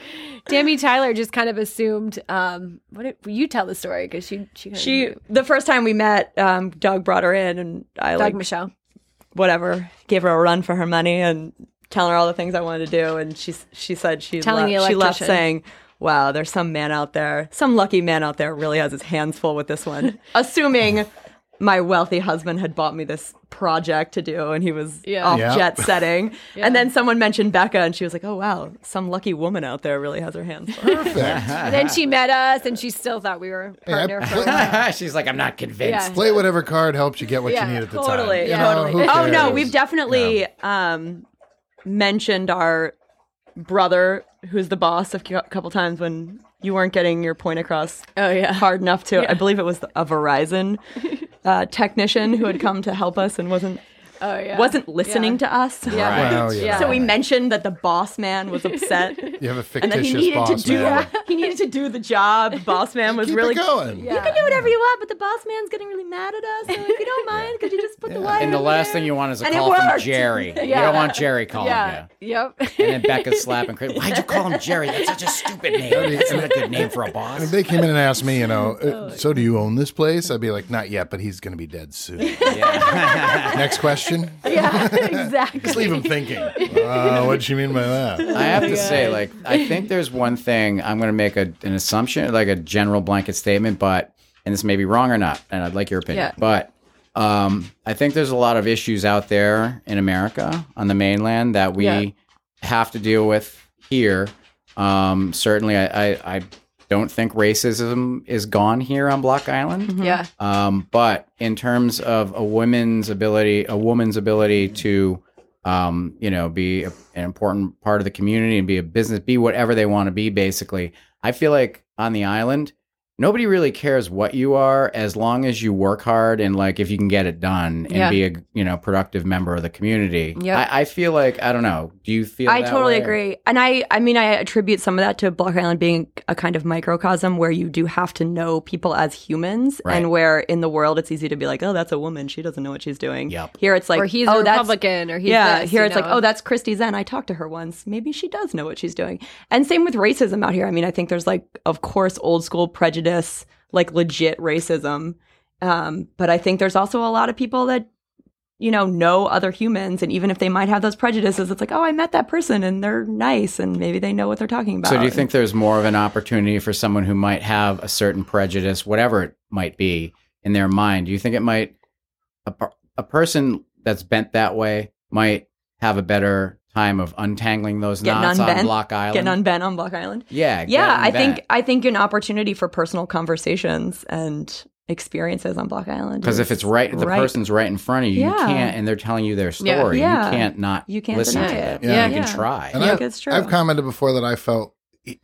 Speaker 5: Tammy Tyler just kind of assumed. Um, what did, you tell the story because she she
Speaker 4: She the first time we met, um, Doug brought her in, and I
Speaker 5: Doug
Speaker 4: like
Speaker 5: Michelle.
Speaker 4: whatever, gave her a run for her money and telling her all the things I wanted to do. And she she said she
Speaker 5: Telling
Speaker 4: left,
Speaker 5: the
Speaker 4: she left
Speaker 5: electrician.
Speaker 4: saying, "Wow, there's some man out there, some lucky man out there, really has his hands full with this one." Assuming my wealthy husband had bought me this project to do, and he was
Speaker 5: Yeah.
Speaker 4: off
Speaker 1: Yeah.
Speaker 4: jet setting. And then someone mentioned Becca, and she was like, "Oh wow, some lucky woman out there really has her hands full." Uh-huh.
Speaker 1: Perfect.
Speaker 5: And then she met us, and she still thought we were
Speaker 1: Yeah,
Speaker 5: partner. for a while.
Speaker 2: She's like, I'm not convinced.
Speaker 5: Yeah.
Speaker 1: Play whatever card helps you get what
Speaker 5: Yeah,
Speaker 1: you need at the
Speaker 4: totally,
Speaker 1: time. You
Speaker 4: yeah.
Speaker 1: know, who
Speaker 4: Oh no,
Speaker 1: cares?
Speaker 4: we've definitely um, mentioned our brother, who's the boss, a cou- couple times when you weren't getting your point across
Speaker 5: Oh yeah.
Speaker 4: hard enough to. I believe it was a Verizon uh, technician who had come to help us and wasn't
Speaker 5: Oh yeah.
Speaker 4: wasn't listening to us.
Speaker 5: Yeah.
Speaker 2: Right.
Speaker 1: Well, yeah.
Speaker 4: So we mentioned that the boss man was upset.
Speaker 1: You have a
Speaker 4: And that
Speaker 1: fictitious
Speaker 4: he needed to
Speaker 1: boss
Speaker 4: do
Speaker 1: man.
Speaker 4: he needed to do the job. Boss man was
Speaker 1: Keep
Speaker 4: really
Speaker 1: it going.
Speaker 5: Yeah.
Speaker 4: You can do whatever you want, but the boss man's getting really mad at us. So if you don't mind, could you just put the wire?
Speaker 2: And the
Speaker 4: over
Speaker 2: last
Speaker 4: there?
Speaker 2: thing you want is a
Speaker 4: And it
Speaker 2: call from
Speaker 4: worked.
Speaker 2: Jerry. You
Speaker 5: Yeah.
Speaker 2: don't want Jerry calling
Speaker 5: Yeah.
Speaker 2: you.
Speaker 5: Yep.
Speaker 2: And then Becca's slapping Chris. Why'd you call him Jerry? That's such a stupid name. That's not a good name for a
Speaker 1: If
Speaker 2: boss.
Speaker 1: they came in and asked me, you know, uh, so do you own this place? I'd be like, not yet, but he's going to be dead soon. Next question.
Speaker 5: yeah. Exactly.
Speaker 1: Just leave him thinking. Uh, what do you mean by that?
Speaker 2: I have to say, like, I think there's one thing I'm going to make a, an assumption, like a general blanket statement, but, and this may be wrong or not, and I'd like your opinion,
Speaker 5: Yeah.
Speaker 2: but um, I think there's a lot of issues out there in America on the mainland that we
Speaker 5: Yeah.
Speaker 2: have to deal with here. Um, certainly, I, I, I don't think racism is gone here on Block Island.
Speaker 5: Yeah.
Speaker 2: Um, but in terms of a woman's ability, a woman's ability to, um, you know, be a, an important part of the community and be a business, be whatever they want to be, basically. I feel like on the island, nobody really cares what you are as long as you work hard and like if you can get it done and
Speaker 5: Yeah.
Speaker 2: be a you know productive member of the community.
Speaker 5: Yep.
Speaker 2: I, I feel like I don't know. Do you feel?
Speaker 4: I
Speaker 2: that
Speaker 4: totally
Speaker 2: way?
Speaker 4: agree. And I I mean I attribute some of that to Block Island being a kind of microcosm where you do have to know people as humans
Speaker 2: Right.
Speaker 4: and where in the world it's easy to be like, "Oh, that's a woman. She doesn't know what she's doing."
Speaker 2: Yep.
Speaker 4: Here it's like,
Speaker 5: or he's
Speaker 4: "Oh,
Speaker 5: a
Speaker 4: that's
Speaker 5: Republican. Or he's
Speaker 4: yeah,
Speaker 5: this,
Speaker 4: here
Speaker 5: you
Speaker 4: it's like,
Speaker 5: know.
Speaker 4: oh, that's Christy Zen. I talked to her once. Maybe she does know what she's doing. And same with racism out here. I mean, I think there's like, of course, old school prejudice, like legit racism. Um, but I think there's also a lot of people that, you know, know other humans. And even if they might have those prejudices, it's like, oh, I met that person and they're nice and maybe they know what they're talking about.
Speaker 2: So do you think there's more of an opportunity for someone who might have a certain prejudice, whatever it might be, in their mind? Do you think it might a, per- a person that's bent that way might have a better time of untangling those
Speaker 4: Getting
Speaker 2: knots on
Speaker 4: unbent.
Speaker 2: Block Island?
Speaker 4: Getting unbent on Block Island?
Speaker 2: yeah,
Speaker 4: Yeah,
Speaker 2: getting
Speaker 4: I think
Speaker 2: bent.
Speaker 4: I think an opportunity for personal conversations and experiences on Block Island.
Speaker 2: because if
Speaker 4: is
Speaker 2: it's right, the person's right in front of you. You
Speaker 4: Yeah.
Speaker 2: can't, and they're telling you their
Speaker 5: Yeah.
Speaker 2: story.
Speaker 4: Yeah.
Speaker 2: You can't not.
Speaker 4: You can't
Speaker 2: listen
Speaker 4: deny
Speaker 2: to
Speaker 4: it.
Speaker 2: them.
Speaker 1: Yeah.
Speaker 2: you
Speaker 4: Yeah.
Speaker 2: can try.
Speaker 1: And
Speaker 4: Yeah,
Speaker 1: I've,
Speaker 4: that's true.
Speaker 1: I've commented before that I felt,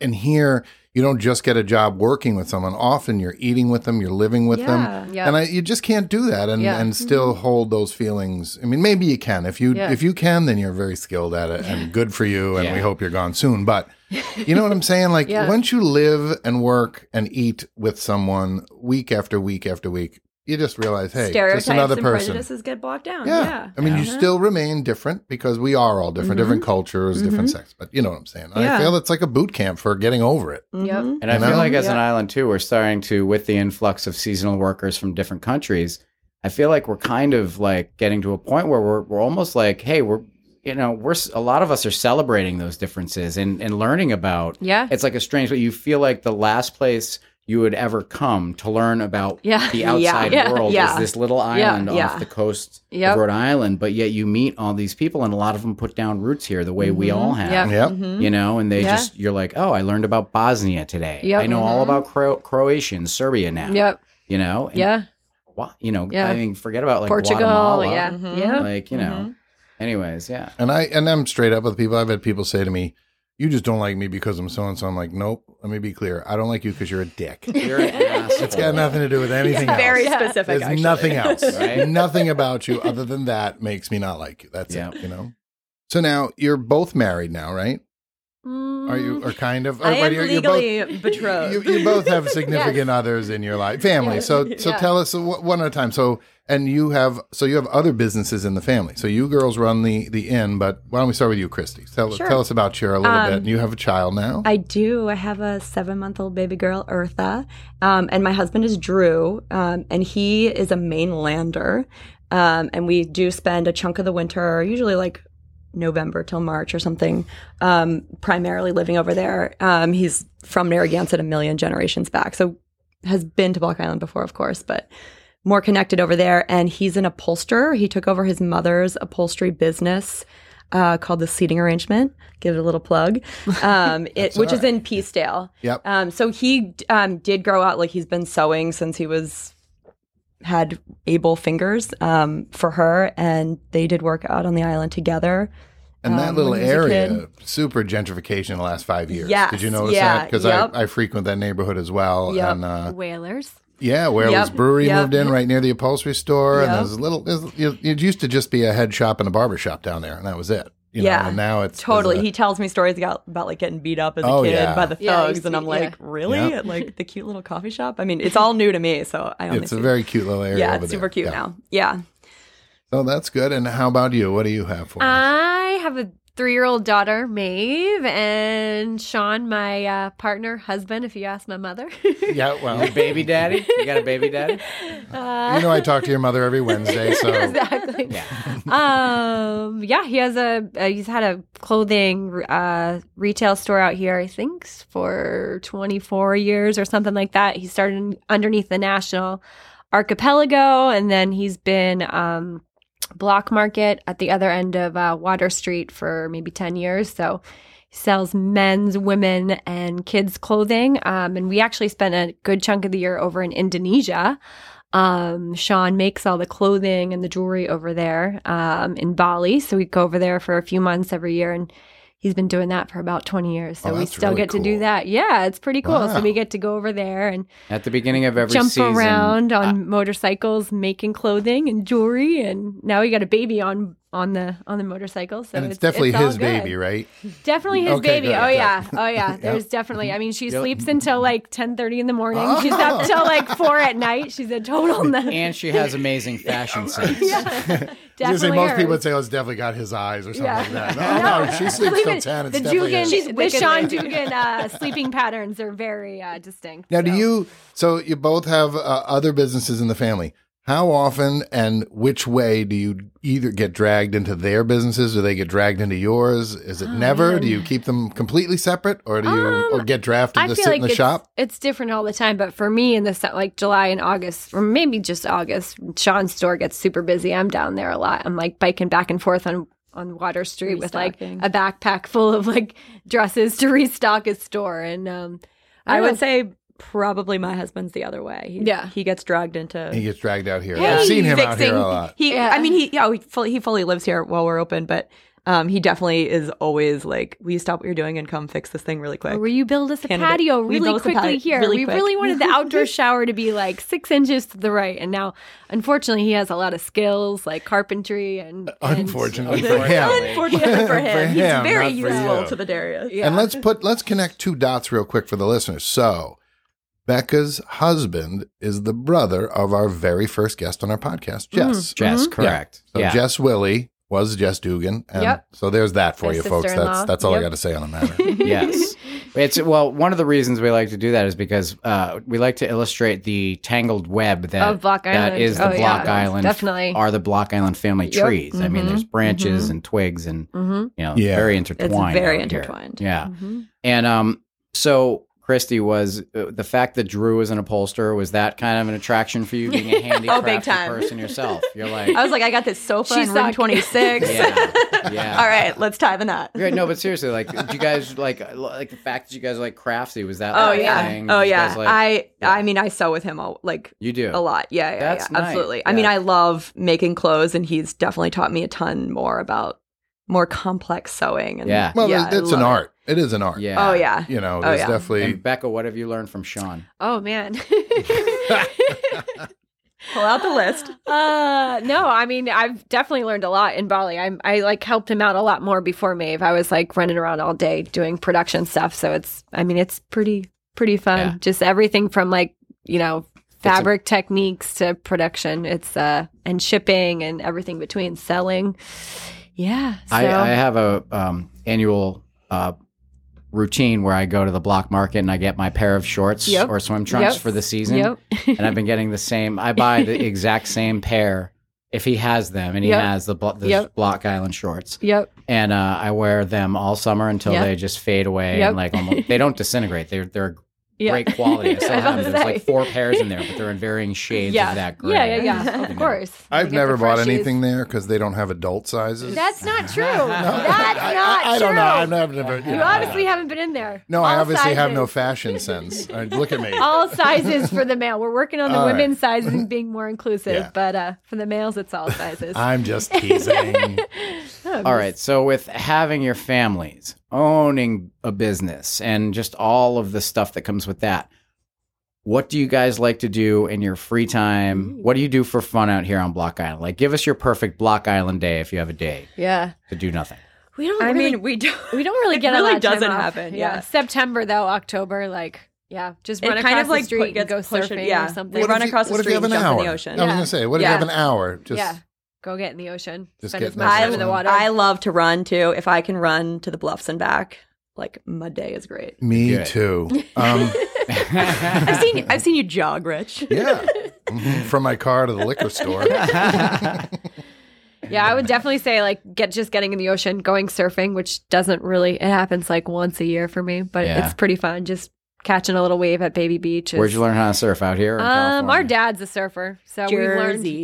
Speaker 1: and here you don't just get a job working with someone. Often you're eating with them, you're living with
Speaker 5: Yeah.
Speaker 1: them,
Speaker 5: Yeah.
Speaker 1: and I, you just can't do that and,
Speaker 5: Yeah. Mm-hmm.
Speaker 1: and still hold those feelings. I mean, maybe you can if you
Speaker 5: Yeah.
Speaker 1: if you can, then you're very skilled at it and good for you. And we
Speaker 2: Yeah.
Speaker 1: hope you're gone soon, but. You know what I'm saying? Like
Speaker 5: Yeah.
Speaker 1: once you live and work and eat with someone week after week after week, you just realize, hey,
Speaker 5: Stereotypes
Speaker 1: just another
Speaker 5: and
Speaker 1: person.
Speaker 5: prejudices get blocked down.
Speaker 1: Yeah.
Speaker 5: Yeah. Uh-huh. Mm-hmm.
Speaker 1: I mean, you still remain different because we are all different, different cultures, different sex. But you know what I'm saying? I
Speaker 5: Yeah.
Speaker 1: feel it's like a boot camp for getting over it.
Speaker 4: Mm-hmm.
Speaker 5: Yep.
Speaker 2: And I
Speaker 1: You know?
Speaker 2: feel like as an
Speaker 5: Yeah.
Speaker 2: island too, we're starting to, with the influx of seasonal workers from different countries, I feel like we're kind of like getting to a point where we're we're almost like, hey, we're you know we're s- a lot of us are celebrating those differences and and learning about.
Speaker 5: Yeah.
Speaker 2: It's like a strange, but you feel like the last place you would ever come to learn about
Speaker 5: Yeah.
Speaker 2: the outside
Speaker 5: Yeah.
Speaker 2: world
Speaker 5: Yeah.
Speaker 2: is this little island off
Speaker 5: Yeah.
Speaker 2: the coast
Speaker 5: Yep.
Speaker 2: of Rhode Island, but yet you meet all these people, and a lot of them put down roots here the way
Speaker 5: Mm-hmm.
Speaker 2: we all have
Speaker 5: Yeah.
Speaker 1: Yep.
Speaker 2: you know, and they
Speaker 5: Mm-hmm. Yeah.
Speaker 2: just you're like, oh, I learned about Bosnia today.
Speaker 5: Yep. Mm-hmm.
Speaker 2: I know all about Cro- Croatia and Serbia now.
Speaker 5: Yep.
Speaker 2: You know, And
Speaker 5: Yeah.
Speaker 2: wha- you know,
Speaker 5: Yeah.
Speaker 2: I mean, forget about like
Speaker 5: Portugal.
Speaker 2: Guatemala.
Speaker 5: Yeah.
Speaker 4: Mm-hmm.
Speaker 5: Yeah. Mm-hmm.
Speaker 2: like you know. Anyways, yeah,
Speaker 1: And I and I'm straight up with people. I've had people say to me, "You just don't like me because I'm so and so." I'm like, "Nope. Let me be clear. I don't like you because you're a dick.
Speaker 2: you're an asshole.
Speaker 1: It's got nothing to do with anything else.
Speaker 7: Very specific.
Speaker 1: There's
Speaker 7: actually.
Speaker 1: nothing else.
Speaker 2: Right?
Speaker 1: Nothing about you other than that makes me not like you. That's
Speaker 2: Yep.
Speaker 1: it. You know. So now you're both married now, right? Are you or kind of? Or,
Speaker 7: Mm. I am
Speaker 1: wait, you're- you're both-
Speaker 7: legally
Speaker 4: Uh,
Speaker 7: betrothed.
Speaker 1: you, you both have significant others in your life family so so
Speaker 5: Yeah.
Speaker 1: tell us wh- one at a time so and you have so you have other businesses in the family so you girls run the the inn but why don't we start with you christy tell, tell us about your a little bit and you have a child now
Speaker 4: Um, I do. I have a seven month old baby girl, Eartha. Um, and my husband is Drew, um, and he is a mainlander. Um, and we do spend a chunk of the winter, usually like November till March or something, um, primarily living over there. Um, he's from Narragansett a million generations back. So has been to Block Island before, of course, but more connected over there. And he's an upholsterer. He took over his mother's upholstery business uh, called the Seating Arrangement. Give it a little plug, um, it, which is in Peacedale.
Speaker 1: Yep.
Speaker 4: Um, so he um, did grow out like he's been sewing since he was had able fingers um, for her, and they did work out on the island together.
Speaker 1: and that little
Speaker 4: when he was a
Speaker 1: area super gentrification in the last five years
Speaker 4: Yes,
Speaker 1: did you notice
Speaker 4: yeah,
Speaker 1: that because
Speaker 4: yep.
Speaker 1: I, I frequent that neighborhood as well
Speaker 4: Yep.
Speaker 1: and uh,
Speaker 5: Whalers.
Speaker 1: yeah where
Speaker 4: Yep,
Speaker 1: brewery
Speaker 4: yep.
Speaker 1: moved in right near the upholstery store and
Speaker 4: Yep.
Speaker 1: there's a little there's, it it used to just be a head shop and a barber shop down there and that was it you know,
Speaker 4: Yeah,
Speaker 1: and now it's there's
Speaker 4: Totally,
Speaker 1: a-
Speaker 4: he tells me stories about, about like getting beat up as a
Speaker 1: Oh,
Speaker 4: kid
Speaker 1: yeah.
Speaker 4: by the
Speaker 5: Yeah, I
Speaker 4: thugs,
Speaker 5: used to
Speaker 4: and
Speaker 5: be-
Speaker 4: I'm like,
Speaker 5: yeah.
Speaker 4: really?
Speaker 1: Yeah.
Speaker 4: At, like the cute little coffee shop. I mean, it's all new to me, so I only
Speaker 1: it's
Speaker 4: see-
Speaker 1: a very cute little area.
Speaker 4: yeah,
Speaker 1: over
Speaker 4: it's super
Speaker 1: there.
Speaker 4: cute
Speaker 1: Yeah.
Speaker 4: now. Yeah,
Speaker 1: Oh, that's good. And how about you? What do you have for us?
Speaker 5: I have a three-year-old daughter, Maeve, and Sean, my uh, partner, husband. If you ask my mother,
Speaker 1: Yeah, well, you
Speaker 2: baby daddy. You got a baby daddy?
Speaker 1: know
Speaker 5: Uh,
Speaker 1: I talk to your mother every Wednesday, so
Speaker 5: exactly. um, yeah, he has a uh, he's had a clothing uh, retail store out here, I think, s- for 24 years or something like that. He started in- underneath the National Archipelago, and then he's been um, Block Market at the other end of uh, Water Street for maybe 10 years. So. he Sells men's, women, and kids' clothing. Um, and we actually spent a good chunk of the year over in Indonesia. Um, Sean makes all the clothing and the jewelry over there um, in Bali. So we go over there for a few months every year and he's been doing that for about 20 years. So
Speaker 1: Oh,
Speaker 5: we
Speaker 1: that's
Speaker 5: still
Speaker 1: really
Speaker 5: get to do
Speaker 1: cool.
Speaker 5: that. Yeah, it's pretty cool.
Speaker 1: Wow.
Speaker 5: So we get to go over there and
Speaker 2: At the beginning of every
Speaker 5: jump
Speaker 2: season,
Speaker 5: around on motorcycles, making clothing and jewelry. And now he got a baby on on the on the motorcycle. So
Speaker 1: and it's, definitely
Speaker 5: all
Speaker 1: his
Speaker 5: good.
Speaker 1: baby, right?
Speaker 5: Definitely his
Speaker 1: Mm, Okay,
Speaker 5: baby.
Speaker 1: good,
Speaker 5: oh
Speaker 1: good.
Speaker 5: yeah. Oh yeah. There's definitely I mean she sleeps until like ten thirty in the morning. She's
Speaker 1: Oh.
Speaker 5: up till like four at night. She's a total nut.
Speaker 2: and she has amazing fashion sense.
Speaker 1: I was gonna say, most
Speaker 5: hers.
Speaker 1: people would say, "Oh, it's definitely got his eyes or something
Speaker 5: Yeah.
Speaker 1: like that." No, no, she sleeps
Speaker 5: Believe
Speaker 1: till
Speaker 5: it,
Speaker 1: ten. It's
Speaker 5: the
Speaker 1: definitely
Speaker 5: Dugan,
Speaker 1: his.
Speaker 5: the Sean Dugan uh, sleeping patterns are very uh, distinct.
Speaker 1: Now, do
Speaker 5: so.
Speaker 1: you? So you both have uh, other businesses in the family. How often and which way do you either get dragged into their businesses or they get dragged into yours? Is it
Speaker 5: Oh,
Speaker 1: never? Do you keep them completely separate or do you or get drafted
Speaker 5: Um, I
Speaker 1: to
Speaker 5: feel
Speaker 1: sit
Speaker 5: like
Speaker 1: in the
Speaker 5: it's,
Speaker 1: shop?
Speaker 5: it's different all the time, but for me in the su- like July and August, or maybe just August, Sean's store gets super busy. I'm down there a lot. I'm like biking back and forth on on Water Street
Speaker 7: Restocking.
Speaker 5: with like a backpack full of like dresses to restock his store, and um,
Speaker 4: I,
Speaker 5: don't
Speaker 4: would say probably my husband's the other way. He,
Speaker 5: Yeah.
Speaker 4: he gets dragged into
Speaker 1: He gets dragged out here. I've seen him out here a lot.
Speaker 4: He,
Speaker 5: Yeah.
Speaker 4: I mean, he yeah, he fully, he fully lives here while we're open, but Um, he definitely is always like, "Will you stop what you're doing and come fix this thing really quick?"
Speaker 8: Will you build us a
Speaker 4: Candidate.
Speaker 8: patio
Speaker 4: Will you build
Speaker 8: really
Speaker 4: us a
Speaker 8: quickly
Speaker 4: patio
Speaker 8: here?
Speaker 4: really
Speaker 8: we
Speaker 4: quick?
Speaker 8: really wanted the outdoor shower to be like six inches to the right, and now, unfortunately, he has a lot of skills like carpentry and. and-
Speaker 1: Unfortunately for him.
Speaker 4: Unfortunately for him, he's
Speaker 1: him,
Speaker 4: very
Speaker 1: not for
Speaker 4: useful
Speaker 1: you.
Speaker 4: to the Darius.
Speaker 1: And let's put let's connect two dots real quick for the listeners. So Becca's husband is the brother of our very first guest on our podcast, Jess.
Speaker 2: Jess,
Speaker 5: Mm-hmm.
Speaker 2: correct.
Speaker 1: So
Speaker 2: Yeah.
Speaker 1: Jess Willie was Jess Dugan. And
Speaker 5: Yep.
Speaker 1: so there's that for
Speaker 5: My
Speaker 1: you folks. That's
Speaker 5: sister-in-law.
Speaker 1: that's all I
Speaker 5: Yep.
Speaker 1: gotta say on the matter.
Speaker 2: yes. It's well, one of the reasons we like to do that is because uh, we like to illustrate the tangled web that
Speaker 5: Of Block
Speaker 2: that
Speaker 5: Island.
Speaker 2: is the
Speaker 5: Oh,
Speaker 2: Block
Speaker 5: yeah.
Speaker 2: Island
Speaker 5: Definitely.
Speaker 2: are the Block Island family
Speaker 5: Yep.
Speaker 2: trees. I mean,
Speaker 5: Mhm.
Speaker 2: there's branches and twigs and
Speaker 5: Mm-hmm.
Speaker 2: you know,
Speaker 1: Yeah.
Speaker 2: very
Speaker 4: Mm-hmm. It's
Speaker 2: intertwined.
Speaker 4: very
Speaker 2: out here.
Speaker 4: intertwined. Mm-hmm.
Speaker 2: Yeah. And um so Christy was uh, the fact that Drew was an upholsterer was that kind of an attraction for you being a handy
Speaker 4: Oh, big time.
Speaker 2: person yourself. You're like
Speaker 4: I was like, I got this sofa
Speaker 8: She's
Speaker 4: in room
Speaker 8: like-
Speaker 4: 26.
Speaker 2: yeah. Yeah.
Speaker 4: Oh, All right, let's tie the knot.
Speaker 2: Right, no, but seriously, like, do you guys like uh, like the fact that you guys are, like crafty? Was that?
Speaker 4: Oh
Speaker 2: like, a
Speaker 4: yeah.
Speaker 2: thing? Did
Speaker 4: Oh
Speaker 2: you
Speaker 4: yeah.
Speaker 2: guys, like-
Speaker 4: I I mean I sew with him all like
Speaker 2: you do
Speaker 4: a lot. Yeah, yeah,
Speaker 2: That's
Speaker 4: yeah.
Speaker 2: nice.
Speaker 4: Absolutely. I mean
Speaker 2: Yeah.
Speaker 4: I love making clothes and he's definitely taught me a ton more about more complex sewing and
Speaker 2: Yeah.
Speaker 1: Well
Speaker 4: yeah, I
Speaker 1: it's an
Speaker 4: love it.
Speaker 1: art. It is an art.
Speaker 2: Yeah.
Speaker 4: Oh yeah.
Speaker 1: You know,
Speaker 4: Oh,
Speaker 1: there's
Speaker 4: yeah.
Speaker 2: And
Speaker 1: definitely
Speaker 2: Becca, what have you learned from Sean?
Speaker 5: Oh man.
Speaker 4: Pull out the list.
Speaker 5: uh no i mean i've definitely learned a lot in bali i i like helped him out a lot more before Maeve. i was like running around all day doing production stuff so it's i mean it's pretty pretty fun
Speaker 2: Yeah.
Speaker 5: just everything from like you know fabric techniques to production it's uh and shipping and everything between selling yeah so
Speaker 2: I, I have a um, annual uh, routine where I go to the block market and I get my pair of shorts
Speaker 5: Yep.
Speaker 2: or swim trunks
Speaker 5: Yep.
Speaker 2: for the season,
Speaker 5: Yep.
Speaker 2: and I've been getting the same. I buy the exact same pair if he has them, and he
Speaker 5: Yep.
Speaker 2: has the, blo- the
Speaker 5: Yep.
Speaker 2: Block Island shorts.
Speaker 5: yep
Speaker 2: and uh, I wear them all summer until
Speaker 5: Yep.
Speaker 2: they just fade away
Speaker 5: Yep.
Speaker 2: and like almost, they don't disintegrate. They're they're
Speaker 5: Yeah.
Speaker 2: great quality. I still
Speaker 5: I
Speaker 2: have
Speaker 5: was
Speaker 2: them. There's
Speaker 5: gonna
Speaker 2: like
Speaker 5: say.
Speaker 2: four pairs in there, but they're in varying shades
Speaker 5: yeah
Speaker 2: of that gray.
Speaker 5: yeah yeah yeah
Speaker 2: You
Speaker 5: of
Speaker 2: know?
Speaker 5: course
Speaker 1: I've
Speaker 5: You get the
Speaker 1: never bought
Speaker 5: freshies.
Speaker 1: anything there because they don't have adult sizes.
Speaker 5: that's not true
Speaker 2: No,
Speaker 5: that's
Speaker 1: I,
Speaker 5: not
Speaker 1: I, I
Speaker 5: true
Speaker 1: don't know. I've never. never
Speaker 2: You
Speaker 5: you
Speaker 1: know,
Speaker 5: obviously haven't been in there
Speaker 1: No, I
Speaker 5: All
Speaker 1: obviously have no
Speaker 5: sizes.
Speaker 1: fashion sense. Uh, look at me.
Speaker 5: all sizes for the male. We're working on the
Speaker 1: All right.
Speaker 5: women's sizes and being more inclusive,
Speaker 1: Yeah.
Speaker 5: but uh, for the males, it's all sizes.
Speaker 1: I'm just teasing.
Speaker 2: All right. So with having your families, owning a business, and just all of the stuff that comes with that, what do you guys like to do in your free time? What do you do for fun out here on Block Island? Like, give us your perfect Block Island day if you have a day
Speaker 5: yeah,
Speaker 2: to do nothing.
Speaker 5: we don't.
Speaker 4: I
Speaker 5: really,
Speaker 4: mean we do
Speaker 5: we don't really
Speaker 4: it
Speaker 5: get.
Speaker 4: really
Speaker 5: a lot of time
Speaker 4: doesn't
Speaker 5: off.
Speaker 4: happen, yeah.
Speaker 5: September though, October, like yeah, just
Speaker 4: It
Speaker 5: run
Speaker 4: kind
Speaker 5: across
Speaker 4: of, like,
Speaker 5: the
Speaker 4: put-
Speaker 5: street and
Speaker 4: gets
Speaker 5: go
Speaker 4: pushed-
Speaker 5: surfing
Speaker 4: yeah.
Speaker 5: or something.
Speaker 4: They run
Speaker 1: if
Speaker 4: across the
Speaker 1: what if
Speaker 4: street
Speaker 1: you have
Speaker 4: and
Speaker 1: an
Speaker 4: jump
Speaker 1: hour?
Speaker 4: in the ocean.
Speaker 1: I was
Speaker 5: Yeah.
Speaker 1: gonna say, what if
Speaker 4: Yeah.
Speaker 1: you have an hour? Just
Speaker 5: yeah, go get in the ocean.
Speaker 1: Just
Speaker 5: spend
Speaker 1: get
Speaker 5: as
Speaker 1: in the
Speaker 5: much time in
Speaker 1: ocean.
Speaker 5: the water.
Speaker 4: I love to run too. If I can run to the bluffs and back, like my day is great.
Speaker 1: me
Speaker 2: Good.
Speaker 1: too. Um,
Speaker 4: I've seen you, I've seen you jog, Rich.
Speaker 1: yeah, Mhm. from my car to the liquor store.
Speaker 5: yeah, I would definitely say like get just getting in the ocean, going surfing, which doesn't really it happens like once a year for me, but
Speaker 2: Yeah.
Speaker 5: it's pretty fun. Just catching a little wave at Baby Beach. is-
Speaker 2: Where'd you learn how to surf out here? or in
Speaker 5: Um, our
Speaker 2: California?
Speaker 5: dad's a surfer, so we
Speaker 4: Jersey.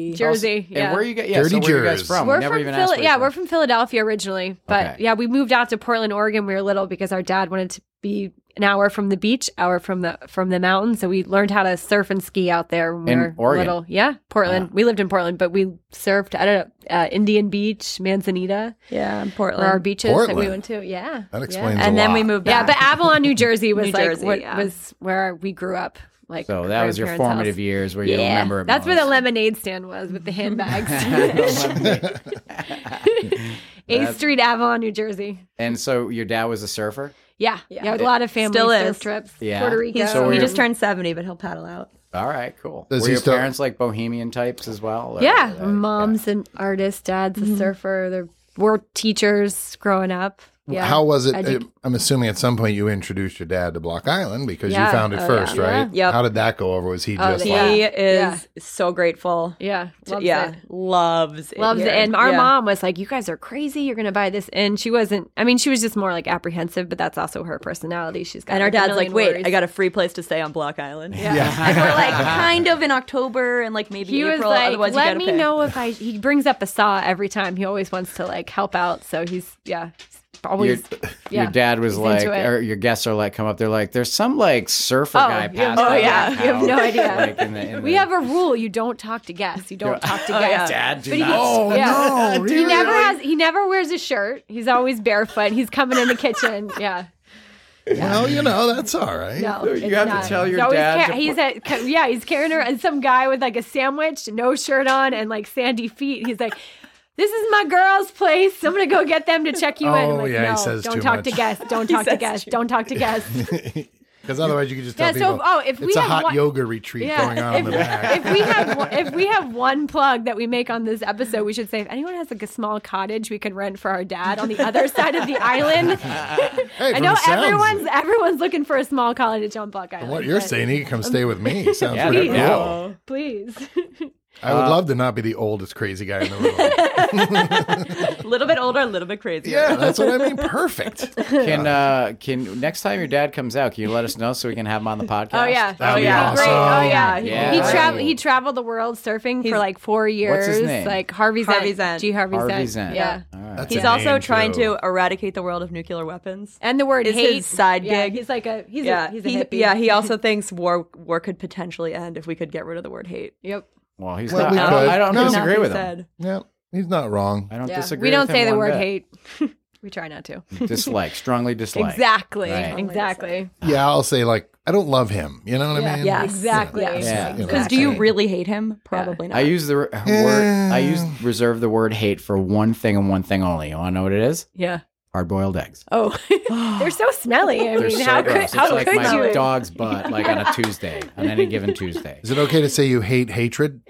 Speaker 5: learned Jersey. Yeah,
Speaker 2: And where are you guys? Yeah,
Speaker 1: Dirty
Speaker 2: so where are you guys
Speaker 1: Jers.
Speaker 2: from? We
Speaker 5: We're
Speaker 2: never
Speaker 5: from
Speaker 2: even
Speaker 5: Phila-
Speaker 2: asked where
Speaker 5: yeah,
Speaker 2: you're
Speaker 5: we're from Philadelphia originally, but
Speaker 2: Okay.
Speaker 5: yeah, we moved out to Portland, Oregon. when We were little because our dad wanted to be an hour from the beach, hour from the from the mountain. So we learned how to surf and ski out there when we
Speaker 2: In
Speaker 5: were
Speaker 2: Oregon? Ah.
Speaker 5: little. Yeah, Portland.
Speaker 2: Wow.
Speaker 5: We lived in Portland, but we surfed. I don't know uh, Indian Beach, Manzanita,
Speaker 4: Yeah, in Portland.
Speaker 5: were our beaches that
Speaker 1: Portland?
Speaker 5: we went to. Yeah,
Speaker 1: That
Speaker 5: Yeah.
Speaker 1: explains
Speaker 4: and
Speaker 1: a
Speaker 4: then
Speaker 1: lot.
Speaker 4: we moved
Speaker 5: Yeah,
Speaker 4: back.
Speaker 5: but Avalon, New Jersey was
Speaker 4: New
Speaker 5: like
Speaker 4: Jersey,
Speaker 5: what
Speaker 4: yeah.
Speaker 5: was where we grew up. Like
Speaker 2: So that was your
Speaker 5: grandparents'
Speaker 2: formative
Speaker 5: house.
Speaker 2: years where you remember it.
Speaker 5: That's where
Speaker 2: most.
Speaker 5: the lemonade stand was with the handbags. Eighth Street, Avalon, New Jersey.
Speaker 2: and so your dad was a surfer?
Speaker 5: Yeah, yeah, a lot of family
Speaker 4: Still
Speaker 5: surf
Speaker 4: is.
Speaker 5: trips.
Speaker 2: Yeah.
Speaker 5: Puerto Rico.
Speaker 4: He's,
Speaker 2: So
Speaker 4: he
Speaker 2: we're-
Speaker 4: just turned 70, but he'll paddle out.
Speaker 2: All right, cool.
Speaker 1: Does
Speaker 2: Were
Speaker 1: he
Speaker 2: your
Speaker 1: still-
Speaker 2: parents like bohemian types as well? or-
Speaker 5: yeah,
Speaker 2: uh,
Speaker 5: mom's an artist, dad's a
Speaker 4: Mm-hmm.
Speaker 5: surfer. They're we're teachers growing up. Yeah,
Speaker 1: How was it? uh,
Speaker 5: Edu-
Speaker 1: I'm assuming at some point you introduced your dad to Block Island because you
Speaker 5: Yeah.
Speaker 1: found it
Speaker 4: Oh,
Speaker 1: first,
Speaker 4: yeah.
Speaker 1: right?
Speaker 4: Yeah. Yep.
Speaker 1: How did that go over? Was he
Speaker 5: Oh,
Speaker 1: just
Speaker 5: they-
Speaker 1: like,
Speaker 4: He
Speaker 5: Yeah.
Speaker 4: is so grateful.
Speaker 5: yeah,
Speaker 4: to-
Speaker 5: loves
Speaker 4: yeah,
Speaker 5: it.
Speaker 4: loves it.
Speaker 5: Loves
Speaker 4: here.
Speaker 5: it. And our
Speaker 4: Yeah.
Speaker 5: mom was like, You guys are crazy. You're going to buy this. And she wasn't, I mean, she was just more like apprehensive, but that's also her personality. She's got
Speaker 4: And our
Speaker 5: like, a
Speaker 4: dad's like,
Speaker 5: million
Speaker 4: wait,
Speaker 5: worries."
Speaker 4: I got a free place to stay on Block Island. Yeah.
Speaker 1: yeah.
Speaker 4: We're like kind of in October and like maybe
Speaker 5: he was
Speaker 4: April.
Speaker 5: like,
Speaker 4: otherwise, you
Speaker 5: let
Speaker 4: gotta
Speaker 5: me
Speaker 4: pay.
Speaker 5: know if I. He brings up a saw every time. He always wants to like help out. So he's
Speaker 2: Your,
Speaker 5: yeah, always. yeah.
Speaker 2: your dad was
Speaker 5: He's
Speaker 2: like,
Speaker 5: into it.
Speaker 2: or your guests are like, come up. They're like, there's some like surfer
Speaker 5: Oh,
Speaker 2: guy
Speaker 5: you have
Speaker 2: passed.
Speaker 5: no-
Speaker 2: out
Speaker 5: oh,
Speaker 2: in
Speaker 5: yeah.
Speaker 2: the
Speaker 5: You have no
Speaker 2: house,
Speaker 5: idea.
Speaker 2: like, in the- in
Speaker 5: we
Speaker 2: the-
Speaker 5: have a rule: you don't talk to guests. You don't talk to
Speaker 4: Oh,
Speaker 5: guests.
Speaker 2: Dad, do
Speaker 5: But he-
Speaker 2: not.
Speaker 1: Oh
Speaker 5: Yeah.
Speaker 1: no!
Speaker 5: He
Speaker 1: really?
Speaker 5: never has. He never wears a shirt. He's always barefoot. He's coming in the kitchen. Yeah.
Speaker 1: Well, you know that's all right.
Speaker 5: No,
Speaker 2: You
Speaker 5: it's
Speaker 2: have to
Speaker 5: not.
Speaker 2: tell your
Speaker 5: he's always
Speaker 2: dad
Speaker 5: Ca-
Speaker 2: to
Speaker 5: he's at, ca- yeah, he's carrying around some guy with like a sandwich, no shirt on, and like sandy feet. He's like, "This is my girl's place. I'm gonna go get them to check you in." I'm
Speaker 1: Oh,
Speaker 5: like,
Speaker 1: yeah, he
Speaker 5: no,
Speaker 1: says
Speaker 5: don't
Speaker 1: too
Speaker 5: talk
Speaker 1: much."
Speaker 5: to guests. Don't talk to guests. Don't talk to guests.
Speaker 1: Because otherwise, you could just tell
Speaker 5: Yeah, so-
Speaker 1: people.
Speaker 5: oh, if we
Speaker 1: it's a
Speaker 5: have
Speaker 1: hot
Speaker 5: one-
Speaker 1: yoga retreat
Speaker 5: Yeah.
Speaker 1: going on in the back.
Speaker 5: if we have one, if we have one plug that we make on this episode, we should say if anyone has like a small cottage we could rent for our dad on the other side of the island.
Speaker 1: Hey,
Speaker 5: I
Speaker 1: from
Speaker 5: know
Speaker 1: the sounds-
Speaker 5: everyone's everyone's looking for a small cottage on Block Island.
Speaker 1: From what you're
Speaker 5: but
Speaker 1: saying, he can come stay with me. Sounds
Speaker 2: Yeah,
Speaker 1: pretty
Speaker 5: Please,
Speaker 1: cool.
Speaker 2: no.
Speaker 5: please.
Speaker 1: I
Speaker 5: Uh,
Speaker 1: would love to not be the oldest crazy guy in the room.
Speaker 4: A little bit older, a little bit crazier.
Speaker 1: yeah, that's what I mean. Perfect.
Speaker 2: Can uh can next time your dad comes out, can you let us know so we can have him on the podcast?
Speaker 5: Oh yeah.
Speaker 1: That'd
Speaker 5: oh
Speaker 1: be
Speaker 5: yeah.
Speaker 1: awesome.
Speaker 5: Great. Oh yeah.
Speaker 2: Yeah.
Speaker 5: He
Speaker 2: Right.
Speaker 5: traveled he traveled the world surfing for like 4 years.
Speaker 2: his name?
Speaker 5: Like Harvey Zent.
Speaker 4: Harvey Zent.
Speaker 5: G Harvey,
Speaker 2: Harvey
Speaker 5: Zent.
Speaker 2: Zent.
Speaker 5: Yeah.
Speaker 2: All right.
Speaker 1: That's
Speaker 4: He's
Speaker 1: a
Speaker 4: also
Speaker 1: name,
Speaker 4: trying
Speaker 1: too.
Speaker 4: to eradicate the world of nuclear weapons.
Speaker 5: And the word
Speaker 4: Is
Speaker 5: hate
Speaker 4: his side
Speaker 5: yeah,
Speaker 4: gig.
Speaker 5: He's like a he's
Speaker 4: yeah,
Speaker 5: a he's a
Speaker 4: he,
Speaker 5: hippie.
Speaker 4: yeah. He also thinks war war could potentially end if we could get rid of the word hate.
Speaker 5: Yep.
Speaker 2: Well, he's
Speaker 1: Well,
Speaker 2: not.
Speaker 1: we
Speaker 2: I don't,
Speaker 1: could.
Speaker 2: I don't
Speaker 1: No.
Speaker 2: disagree
Speaker 4: Nothing
Speaker 2: with him.
Speaker 4: said.
Speaker 1: Yeah, he's not wrong.
Speaker 2: I don't
Speaker 5: Yeah.
Speaker 2: disagree.
Speaker 5: We don't
Speaker 2: with him
Speaker 5: say the
Speaker 2: one
Speaker 5: word
Speaker 2: bit.
Speaker 5: hate. we try not to.
Speaker 2: Dislike, strongly dislike.
Speaker 5: Exactly.
Speaker 2: Right.
Speaker 5: Exactly.
Speaker 1: Yeah, I'll say like I don't love him. You know what I mean?
Speaker 4: Yes.
Speaker 5: Exactly.
Speaker 4: Yes.
Speaker 2: Yeah.
Speaker 1: You know,
Speaker 4: Because do
Speaker 1: I
Speaker 4: you
Speaker 1: mean,
Speaker 4: really hate him? Probably not.
Speaker 2: I use the r- word. I use reserve the word hate for one thing and one thing only. You want to know what it is?
Speaker 5: Yeah.
Speaker 2: Hard boiled eggs.
Speaker 5: Oh. They're so smelly. I
Speaker 2: They're
Speaker 5: mean,
Speaker 2: so
Speaker 5: how
Speaker 2: gross.
Speaker 5: could
Speaker 2: It's
Speaker 5: how
Speaker 2: like
Speaker 5: could
Speaker 2: my
Speaker 5: you?
Speaker 2: dog's butt, like on a Tuesday, on any given Tuesday.
Speaker 1: Is it okay to say you hate hatred?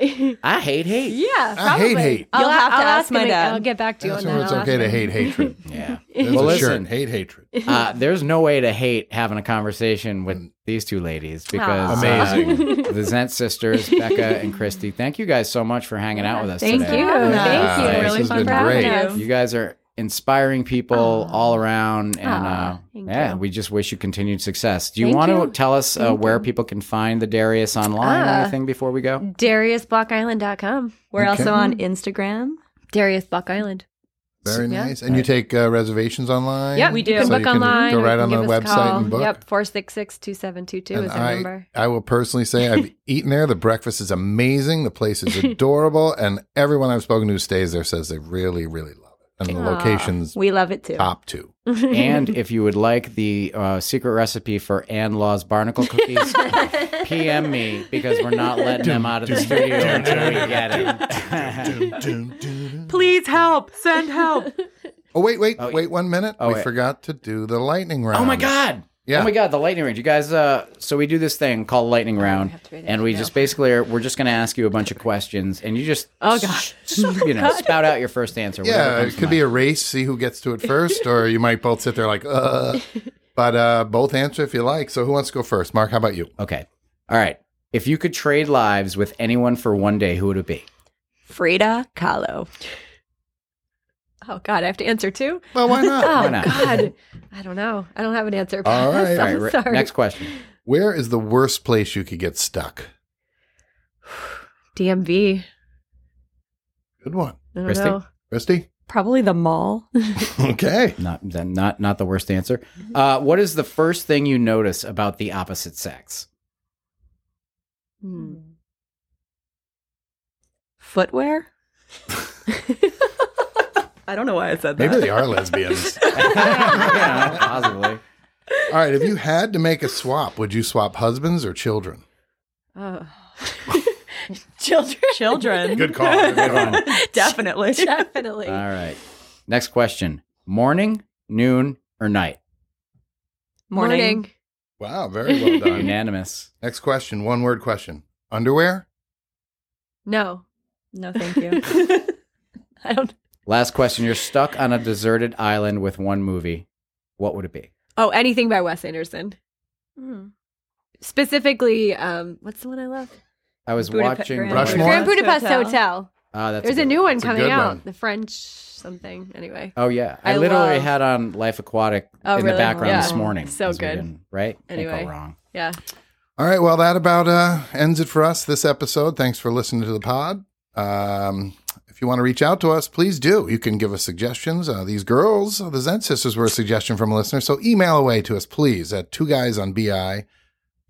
Speaker 2: I hate hate.
Speaker 5: Yeah.
Speaker 1: I hate hate.
Speaker 5: I'll,
Speaker 4: You'll have to
Speaker 5: I'll
Speaker 4: ask my
Speaker 5: him again.
Speaker 4: dad.
Speaker 5: I'll get back to you
Speaker 1: That's
Speaker 5: on
Speaker 1: where
Speaker 5: that.
Speaker 1: it's
Speaker 5: I'll ask
Speaker 1: okay to
Speaker 5: him.
Speaker 1: hate hatred.
Speaker 2: Yeah.
Speaker 1: There's
Speaker 2: Well,
Speaker 1: a
Speaker 2: listen.
Speaker 1: shirt, hate hatred.
Speaker 2: Uh, there's no way to hate having a conversation with these two ladies because
Speaker 1: Aw.
Speaker 2: uh, the Zent sisters, Becca and Christy. Thank you guys so much for hanging out with us
Speaker 5: Thank
Speaker 2: today.
Speaker 5: you.
Speaker 1: Yeah,
Speaker 5: Thank you.
Speaker 2: this
Speaker 5: Really
Speaker 2: has
Speaker 5: fun
Speaker 2: been
Speaker 5: for having
Speaker 1: great.
Speaker 5: us.
Speaker 2: You guys are inspiring people all around, and uh,
Speaker 5: thank
Speaker 2: yeah,
Speaker 5: you.
Speaker 2: we just wish you continued success. Do you
Speaker 5: Thank
Speaker 2: want
Speaker 5: you.
Speaker 2: to tell us uh, where people can find the Darius online or
Speaker 5: Ah.
Speaker 2: anything before we go?
Speaker 5: DariusBlockIsland.com.
Speaker 4: We're
Speaker 1: Okay.
Speaker 4: also on Instagram.
Speaker 5: Darius Block Island.
Speaker 1: Very nice. And you take uh, reservations online.
Speaker 5: Yep, we do. You can
Speaker 1: So
Speaker 5: book
Speaker 1: you can
Speaker 5: online.
Speaker 1: Go
Speaker 5: or
Speaker 1: right
Speaker 5: you
Speaker 1: on
Speaker 5: can
Speaker 1: the
Speaker 5: give us a
Speaker 1: website
Speaker 5: call.
Speaker 1: and book.
Speaker 5: Yep, 466 2722
Speaker 1: And
Speaker 5: is our
Speaker 1: I,
Speaker 5: number.
Speaker 1: I will personally say I've eaten there. The breakfast is amazing. The place is adorable, and everyone I've spoken to who stays there says they really, really love it. And the location's
Speaker 4: We love it too.
Speaker 1: top two.
Speaker 2: and if you would like the uh, secret recipe for Ann Law's barnacle cookies, PM me because we're not letting them out of the studio until we get it.
Speaker 4: Please help. Send help.
Speaker 1: Oh wait, wait,
Speaker 2: Oh, yeah.
Speaker 1: wait one minute.
Speaker 2: Oh,
Speaker 1: we
Speaker 2: wait.
Speaker 1: forgot to do the lightning round.
Speaker 2: Oh my god!
Speaker 1: Yeah.
Speaker 2: Oh my god, the lightning round. You guys, uh, so we do this thing called lightning round, and we just basically are, we're just going to ask you a bunch of questions, and you just oh gosh, you know, spout out your first answer.
Speaker 1: Yeah, it could be a race. See who gets to it first, or you might both sit there like, uh. But uh, both answer if you like. So who wants to go first? Mark, how about you?
Speaker 2: okay. All right. If you could trade lives with anyone for one day, who would it be?
Speaker 4: Frida Kahlo.
Speaker 5: Oh, God. I have to answer too?
Speaker 1: Well, why not?
Speaker 5: Oh,
Speaker 2: Why not?
Speaker 5: God. I don't know. I don't have an answer.
Speaker 1: All right.
Speaker 2: All
Speaker 5: I'm
Speaker 2: right. re-
Speaker 5: sorry.
Speaker 2: Next question.
Speaker 1: Where is the worst place you could get stuck?
Speaker 5: DMV.
Speaker 1: Good one,
Speaker 5: I don't
Speaker 2: Christy?
Speaker 5: know.
Speaker 1: Christy.
Speaker 4: Probably the mall.
Speaker 1: Okay.
Speaker 2: Not then. Not not the worst answer. Uh, what is the first thing you notice about the opposite sex?
Speaker 5: Hmm.
Speaker 4: Footwear. I don't know why I said that.
Speaker 1: Maybe they are lesbians.
Speaker 2: yeah, possibly.
Speaker 1: All right. If you had to make a swap, would you swap husbands or children?
Speaker 5: Oh.
Speaker 4: children. Children.
Speaker 1: Good call. Good one.
Speaker 4: Definitely.
Speaker 5: Definitely.
Speaker 2: All right. Next question. Morning, noon, or night?
Speaker 4: Morning.
Speaker 1: Wow. Very well done.
Speaker 2: Unanimous.
Speaker 1: Next question. One word question. Underwear.
Speaker 5: No.
Speaker 4: No, thank you.
Speaker 5: I don't.
Speaker 2: Last question. You're stuck on a deserted island with one movie. What would it be?
Speaker 5: Oh, anything by Wes Anderson.
Speaker 4: Hmm.
Speaker 5: Specifically, um, what's the one I love?
Speaker 2: I was
Speaker 4: Budapest-
Speaker 2: watching
Speaker 4: Grand-
Speaker 1: Rushmore?
Speaker 5: Grand Budapest
Speaker 4: Hotel.
Speaker 5: Hotel.
Speaker 2: Ah, that's
Speaker 5: There's a
Speaker 2: good
Speaker 5: new one
Speaker 1: It's a
Speaker 5: coming
Speaker 1: good
Speaker 5: out.
Speaker 1: one.
Speaker 5: The French something. Anyway.
Speaker 2: Oh yeah, I,
Speaker 5: I
Speaker 2: literally
Speaker 5: love-
Speaker 2: had on Life Aquatic
Speaker 5: Oh,
Speaker 2: in the
Speaker 5: really?
Speaker 2: background
Speaker 5: Yeah.
Speaker 2: this morning.
Speaker 5: So
Speaker 2: 'cause we
Speaker 5: good.
Speaker 2: didn't- right? Can't go
Speaker 5: Anyway.
Speaker 2: wrong.
Speaker 5: Yeah.
Speaker 1: All right. Well, that about uh, ends it for us this episode. Thanks for listening to the pod. Um, If you want to reach out to us, please do. You can give us suggestions. Uh, these girls, the Zen sisters, were a suggestion from a listener. So email away to us, please, at two guys on BI,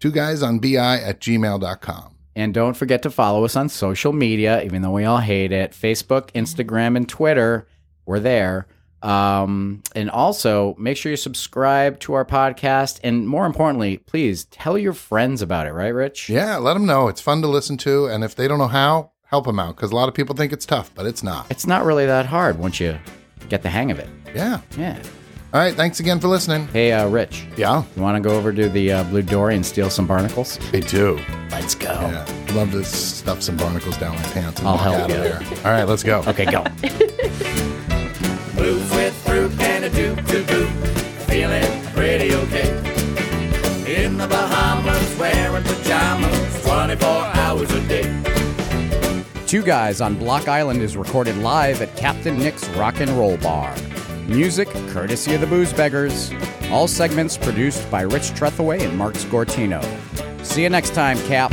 Speaker 1: two guys on BI at gmail.com.
Speaker 2: And don't forget to follow us on social media, even though we all hate it Facebook, Instagram, and Twitter. We're there. Um, and also, make sure you subscribe to our podcast. And more importantly, please tell your friends about it, right, Rich?
Speaker 1: Yeah, let them know. It's fun to listen to. And if they don't know how, help them out because a lot of people think it's tough, but it's not.
Speaker 2: It's not really that hard once you get the hang of it.
Speaker 1: Yeah.
Speaker 2: Yeah.
Speaker 1: All right. Thanks again for listening.
Speaker 2: Hey, uh, Rich,
Speaker 1: Yeah,
Speaker 2: you want to go over to the uh, Blue Dory and steal some barnacles?
Speaker 1: they do.
Speaker 2: Let's go.
Speaker 1: Yeah. I'd love to stuff some barnacles down my pants and
Speaker 2: I'll
Speaker 1: walk
Speaker 2: help
Speaker 1: out of
Speaker 2: you.
Speaker 1: there. All right, let's go.
Speaker 2: Okay, go.
Speaker 3: Blues with fruit and a doop to boot. Feeling pretty okay. In the Bahamas, wearing pajamas 24 hours a day.
Speaker 2: Two Guys on Block Island is recorded live at Captain Nick's Rock and Roll Bar. Music courtesy of the Booze Beggars. All segments produced by Rich Trethaway and Mark Scortino. See you next time, Cap.